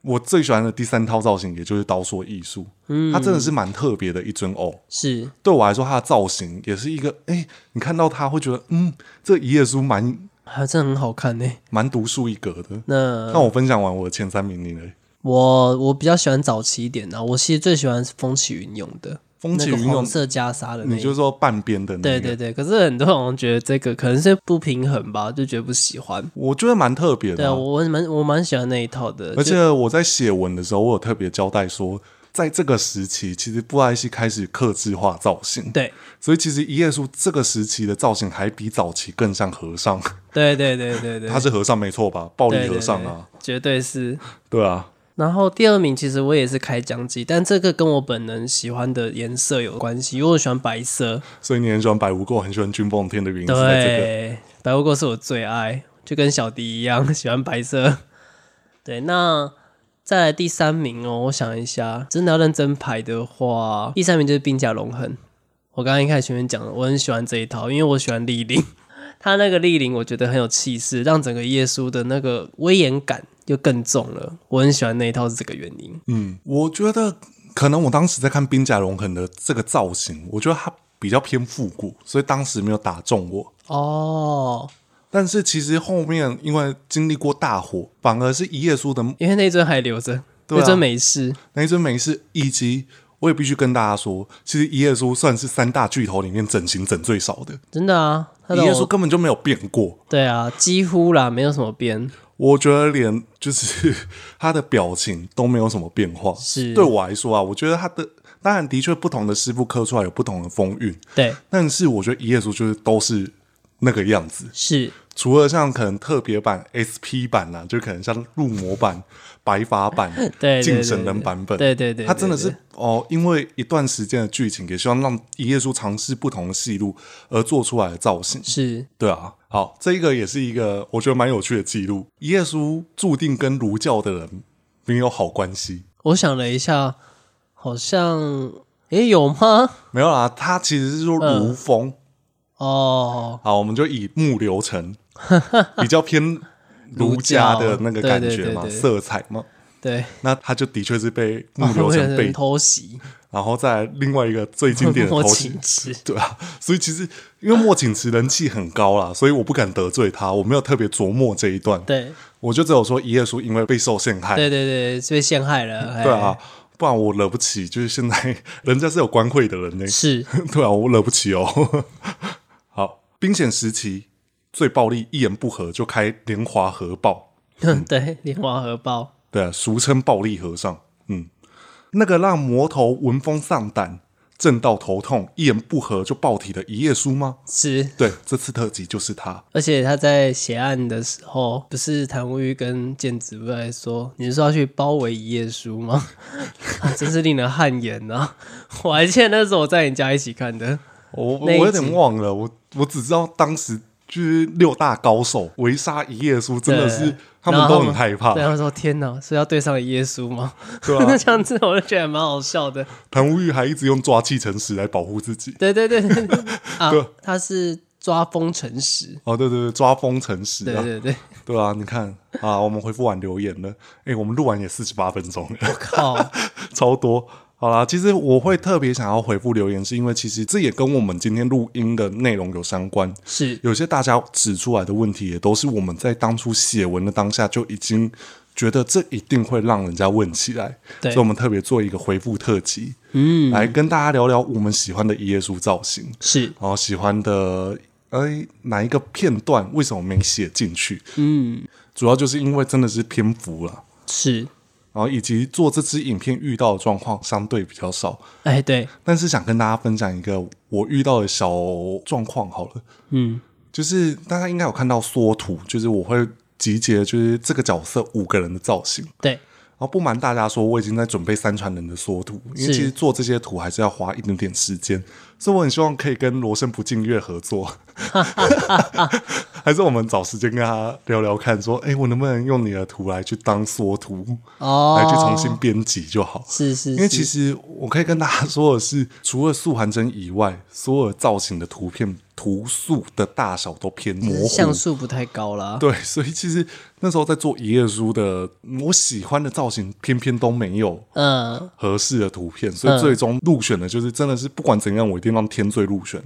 [SPEAKER 1] 我最喜欢的第三套造型，也就是刀说艺术，
[SPEAKER 2] 嗯
[SPEAKER 1] 它真的是蛮特别的一尊偶。
[SPEAKER 2] 是
[SPEAKER 1] 对我来说，它的造型也是一个，哎、你看到它会觉得，嗯，这一页书蛮
[SPEAKER 2] 还真很好看呢、欸
[SPEAKER 1] 蛮独树一格的。
[SPEAKER 2] 那
[SPEAKER 1] 那我分享完我的前三名，你呢？
[SPEAKER 2] 我我比较喜欢早期一点的、我其实最喜欢是风起云涌的，
[SPEAKER 1] 风起
[SPEAKER 2] 那
[SPEAKER 1] 云
[SPEAKER 2] 个
[SPEAKER 1] 涌
[SPEAKER 2] 黄，色袈裟的
[SPEAKER 1] 你
[SPEAKER 2] 那一个
[SPEAKER 1] 就说半边的那
[SPEAKER 2] 对
[SPEAKER 1] 个
[SPEAKER 2] 对对，可是很多人好像觉得这个可能是不平衡吧，就觉得不喜欢。
[SPEAKER 1] 我觉得蛮特别
[SPEAKER 2] 对
[SPEAKER 1] 的
[SPEAKER 2] 啊，
[SPEAKER 1] 啊、
[SPEAKER 2] 我蛮我蛮喜欢那一套的，
[SPEAKER 1] 而
[SPEAKER 2] 就
[SPEAKER 1] 且我在写文的时候，我有特别交代说，在这个时期，其实布莱希开始克制化造型，
[SPEAKER 2] 对
[SPEAKER 1] 所以其实一页书这个时期的造型还比早期更像和尚。
[SPEAKER 2] 对对对对对，
[SPEAKER 1] 他是和尚没错吧？暴
[SPEAKER 2] 对
[SPEAKER 1] 力和尚啊，，
[SPEAKER 2] 对对绝对是。
[SPEAKER 1] 对啊，
[SPEAKER 2] 然后第二名其实我也是开疆机，但这个跟我本人喜欢的颜色有关系，因为我喜欢白色。
[SPEAKER 1] 所以你很喜欢白无垢，很喜欢君奉天的原因是在这个。
[SPEAKER 2] 对，白无垢是我最爱，就跟小迪一样 喜欢白色。对，那再来第三名哦，我想一下，真的要认真排的话，第三名就是冰甲龙痕。我刚刚一开始前面讲了，我很喜欢这一套，因为我喜欢立领，他那个立领我觉得很有气势，让整个耶稣的那个威严感又更重了。我很喜欢那一套是这个原因。
[SPEAKER 1] 嗯，我觉得可能我当时在看冰甲龙痕的这个造型，我觉得它比较偏复古，所以当时没有打中我。
[SPEAKER 2] 哦，
[SPEAKER 1] 但是其实后面因为经历过大火，反而是一页书的
[SPEAKER 2] 因为那一尊还留着，
[SPEAKER 1] 对啊
[SPEAKER 2] 那尊没事。
[SPEAKER 1] 那一尊美是，以及我也必须跟大家说，其实一页书算是三大巨头里面整形整最少的，
[SPEAKER 2] 真的啊，他的
[SPEAKER 1] 一页
[SPEAKER 2] 偶
[SPEAKER 1] 书根本就没有变过。
[SPEAKER 2] 对啊，几乎啦，没有什么变。
[SPEAKER 1] 我觉得连就是 他的表情都没有什么变化。
[SPEAKER 2] 是
[SPEAKER 1] 对我来说啊，我觉得他的当然的确不同的师傅刻出来有不同的风韵，
[SPEAKER 2] 对，
[SPEAKER 1] 但是我觉得一页书就是都是那个样子，
[SPEAKER 2] 是，
[SPEAKER 1] 除了像可能特别版、SP 版啊啦、就可能像入魔版、 白发版、
[SPEAKER 2] 对对
[SPEAKER 1] 敬
[SPEAKER 2] 对
[SPEAKER 1] 神
[SPEAKER 2] 对
[SPEAKER 1] 人版本，
[SPEAKER 2] 对对对，
[SPEAKER 1] 他真的
[SPEAKER 2] 对
[SPEAKER 1] 是
[SPEAKER 2] 对
[SPEAKER 1] 哦，因为一段时间的剧情，也希望让一页书尝试不同的戏路而做出来的造型。
[SPEAKER 2] 是
[SPEAKER 1] 对啊，好，这一个也是一个我觉得蛮有趣的记录。一页书注定跟儒教的人没有好关系，
[SPEAKER 2] 我想了一下，好像诶有吗？
[SPEAKER 1] 没有啦，他其实是说
[SPEAKER 2] 嗯
[SPEAKER 1] 儒风。
[SPEAKER 2] 哦，
[SPEAKER 1] 好，我们就以木流 程比较偏儒家的那个感觉嘛，
[SPEAKER 2] 儒教对对对对哦
[SPEAKER 1] 色彩嘛。
[SPEAKER 2] 对，
[SPEAKER 1] 那他就的确是被木 流程被，
[SPEAKER 2] 偷袭，
[SPEAKER 1] 然后再来另外一个最经典的
[SPEAKER 2] 莫
[SPEAKER 1] 头衔
[SPEAKER 2] 请吃，
[SPEAKER 1] 对啊，所以其实因为莫景池人气很高啦，所以我不敢得罪他，我没有特别琢磨这一段，
[SPEAKER 2] 对
[SPEAKER 1] 我就只有说一页书因为被受陷害，
[SPEAKER 2] 对对对，是被陷害了，哎
[SPEAKER 1] 哎对啊，，不然我惹不起，就是现在人家是有官会的人呢、
[SPEAKER 2] 哎是
[SPEAKER 1] 对啊，我惹不起哦。 好，冰险时期最暴力，一言不合就开连华核爆，
[SPEAKER 2] 对，连环核爆，
[SPEAKER 1] 对、啊，俗称暴力和尚，嗯，那个让魔头闻风丧胆。震到头痛，一言不合就爆体的一页书吗？
[SPEAKER 2] 是。
[SPEAKER 1] 对，这次特辑就是他。
[SPEAKER 2] 而且他在写案的时候，不是谭无欲跟剑子不是还说，你是说要去包围一页书吗？ 啊，真是令人汗颜呐、啊！ 我还记得那时候我在你家一起看的，
[SPEAKER 1] 我我
[SPEAKER 2] 那一
[SPEAKER 1] 有
[SPEAKER 2] 集
[SPEAKER 1] 点忘了，我我只知道当时就是六大高手围杀一页书，真的
[SPEAKER 2] 对
[SPEAKER 1] 是他
[SPEAKER 2] 然
[SPEAKER 1] 们
[SPEAKER 2] 后
[SPEAKER 1] 都很害怕
[SPEAKER 2] 对，，他们说：“天哪，是要对上耶稣吗？”
[SPEAKER 1] 对
[SPEAKER 2] 那
[SPEAKER 1] 啊？
[SPEAKER 2] 这样子我就觉得蛮好笑的。
[SPEAKER 1] 谭无欲还一直用抓气城石来保护自己。
[SPEAKER 2] 对对对对对啊
[SPEAKER 1] 对，
[SPEAKER 2] 他是抓风诚实。
[SPEAKER 1] 哦，对对对，抓风城石
[SPEAKER 2] 对
[SPEAKER 1] 啊，
[SPEAKER 2] 对对，
[SPEAKER 1] 对啊，你看啊，我们回复完留言了，诶，我们录完也四十八分钟了，
[SPEAKER 2] 靠，
[SPEAKER 1] 超多。好啦，其实我会特别想要回复留言，是因为其实这也跟我们今天录音的内容有相关。
[SPEAKER 2] 是
[SPEAKER 1] 有些大家指出来的问题，也都是我们在当初写文的当下就已经觉得这一定会让人家问起来，
[SPEAKER 2] 对
[SPEAKER 1] 所以我们特别做一个回复特辑，嗯，来跟大家聊聊我们喜欢的耶稣造型，
[SPEAKER 2] 是，
[SPEAKER 1] 然后哦喜欢的哎哪一个片段为什么没写进去？
[SPEAKER 2] 嗯，
[SPEAKER 1] 主要就是因为真的是篇幅了。
[SPEAKER 2] 是，
[SPEAKER 1] 然后以及做这支影片遇到的状况相对比较少，
[SPEAKER 2] 哎，对，
[SPEAKER 1] 但是想跟大家分享一个我遇到的小状况好了，
[SPEAKER 2] 嗯，
[SPEAKER 1] 就是大家应该有看到缩图，就是我会集结就是这个角色五个人的造型。
[SPEAKER 2] 对，
[SPEAKER 1] 然后不瞒大家说，我已经在准备三传人的缩图，因为
[SPEAKER 2] 是
[SPEAKER 1] 其实做这些图还是要花一点点时间，所以我很希望可以跟罗生不敬月合 作，还是我们找时间跟他聊聊看，说，哎，我能不能用你的图来去当缩图，
[SPEAKER 2] 哦，
[SPEAKER 1] 来去重新编辑就好。
[SPEAKER 2] 是是，
[SPEAKER 1] 因为其
[SPEAKER 2] 是
[SPEAKER 1] 实我可以跟大家说的是，除了素还真以外，所有造型的图片图素的大小都偏模糊，
[SPEAKER 2] 像素不太高 啦。
[SPEAKER 1] 对，所以其实那时候在做一页书的，嗯我喜欢的造型偏偏都没有
[SPEAKER 2] 嗯，
[SPEAKER 1] 合适的图片，所以最终入选的就是真的是不管怎样，我一定让天罪入选。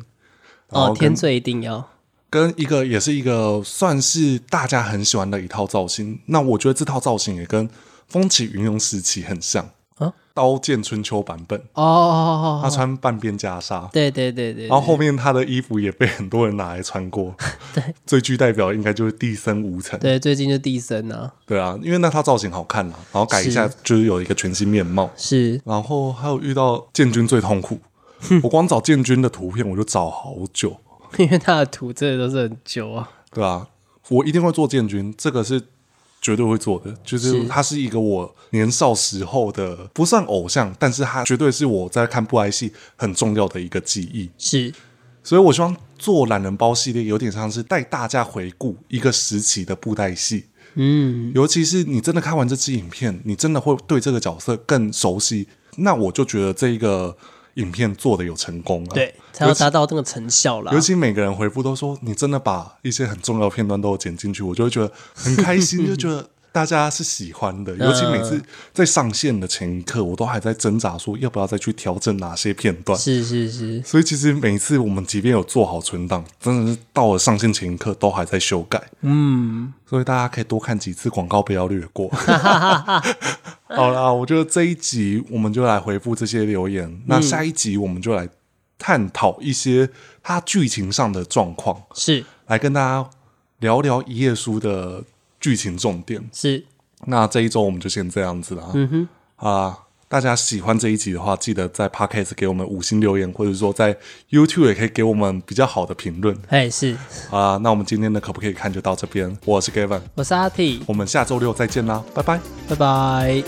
[SPEAKER 1] 然后
[SPEAKER 2] 哦，
[SPEAKER 1] 跟
[SPEAKER 2] 天罪一定要，
[SPEAKER 1] 跟一个也是一个算是大家很喜欢的一套造型。那我觉得这套造型也跟风起云涌时期很像
[SPEAKER 2] 啊，
[SPEAKER 1] 刀剑春秋版本，
[SPEAKER 2] 哦哦
[SPEAKER 1] 他哦
[SPEAKER 2] 哦哦，
[SPEAKER 1] 穿半边袈裟，
[SPEAKER 2] 对对对对，
[SPEAKER 1] 然后后面他的衣服也被很多人拿来穿过。
[SPEAKER 2] 对，
[SPEAKER 1] 最具代表应该就是地森无尘，
[SPEAKER 2] 对最近就地神啊，
[SPEAKER 1] 对啊，因为那套造型好看啦，然后改一下就是有一个全新面貌。
[SPEAKER 2] 是
[SPEAKER 1] 然后还有遇到建军最痛苦，我光找建军的图片我就找好久，
[SPEAKER 2] 因为他的图真的都是很旧啊，
[SPEAKER 1] 对啊，我一定会做建军，这个是绝对会做的。就是
[SPEAKER 2] 是
[SPEAKER 1] 他是一个我年少时候的不算偶像，但是他绝对是我在看布莱戏很重要的一个记忆。
[SPEAKER 2] 是
[SPEAKER 1] 所以我希望做懒人包系列有点像是带大家回顾一个时期的布袋戏。
[SPEAKER 2] 嗯
[SPEAKER 1] 尤其是你真的看完这支影片，你真的会对这个角色更熟悉，那我就觉得这一个影片做的有成功了、
[SPEAKER 2] 对，才要达到那个成效啦
[SPEAKER 1] 尤。其每个人回复都说你真的把一些很重要的片段都有剪进去，我就会觉得很开心，就觉得大家是喜欢的。尤其每次在上线的前一刻，我都还在挣扎说要不要再去调整哪些片段。
[SPEAKER 2] 是是是，
[SPEAKER 1] 所以其实每次我们即便有做好存档，真的是到了上线前一刻都还在修改。
[SPEAKER 2] 嗯，
[SPEAKER 1] 所以大家可以多看几次广告，不要略过。好啦，我觉得这一集我们就来回复这些留言，那下一集我们就来探讨一些它剧情上的状况，
[SPEAKER 2] 是
[SPEAKER 1] 来跟大家聊聊《一页书》的剧情重点。
[SPEAKER 2] 是，
[SPEAKER 1] 那这一周我们就先这样子啦。
[SPEAKER 2] 嗯哼，
[SPEAKER 1] 啊，大家喜欢这一集的话，记得在 Podcast 给我们五星留言，或者说在 YouTube 也可以给我们比较好的评论
[SPEAKER 2] 哎是，
[SPEAKER 1] 啊。那我们今天的可不可以看就到这边，我是 Gavin，
[SPEAKER 2] 我是阿 T，
[SPEAKER 1] 我们下周六再见啦，拜拜。
[SPEAKER 2] 拜拜。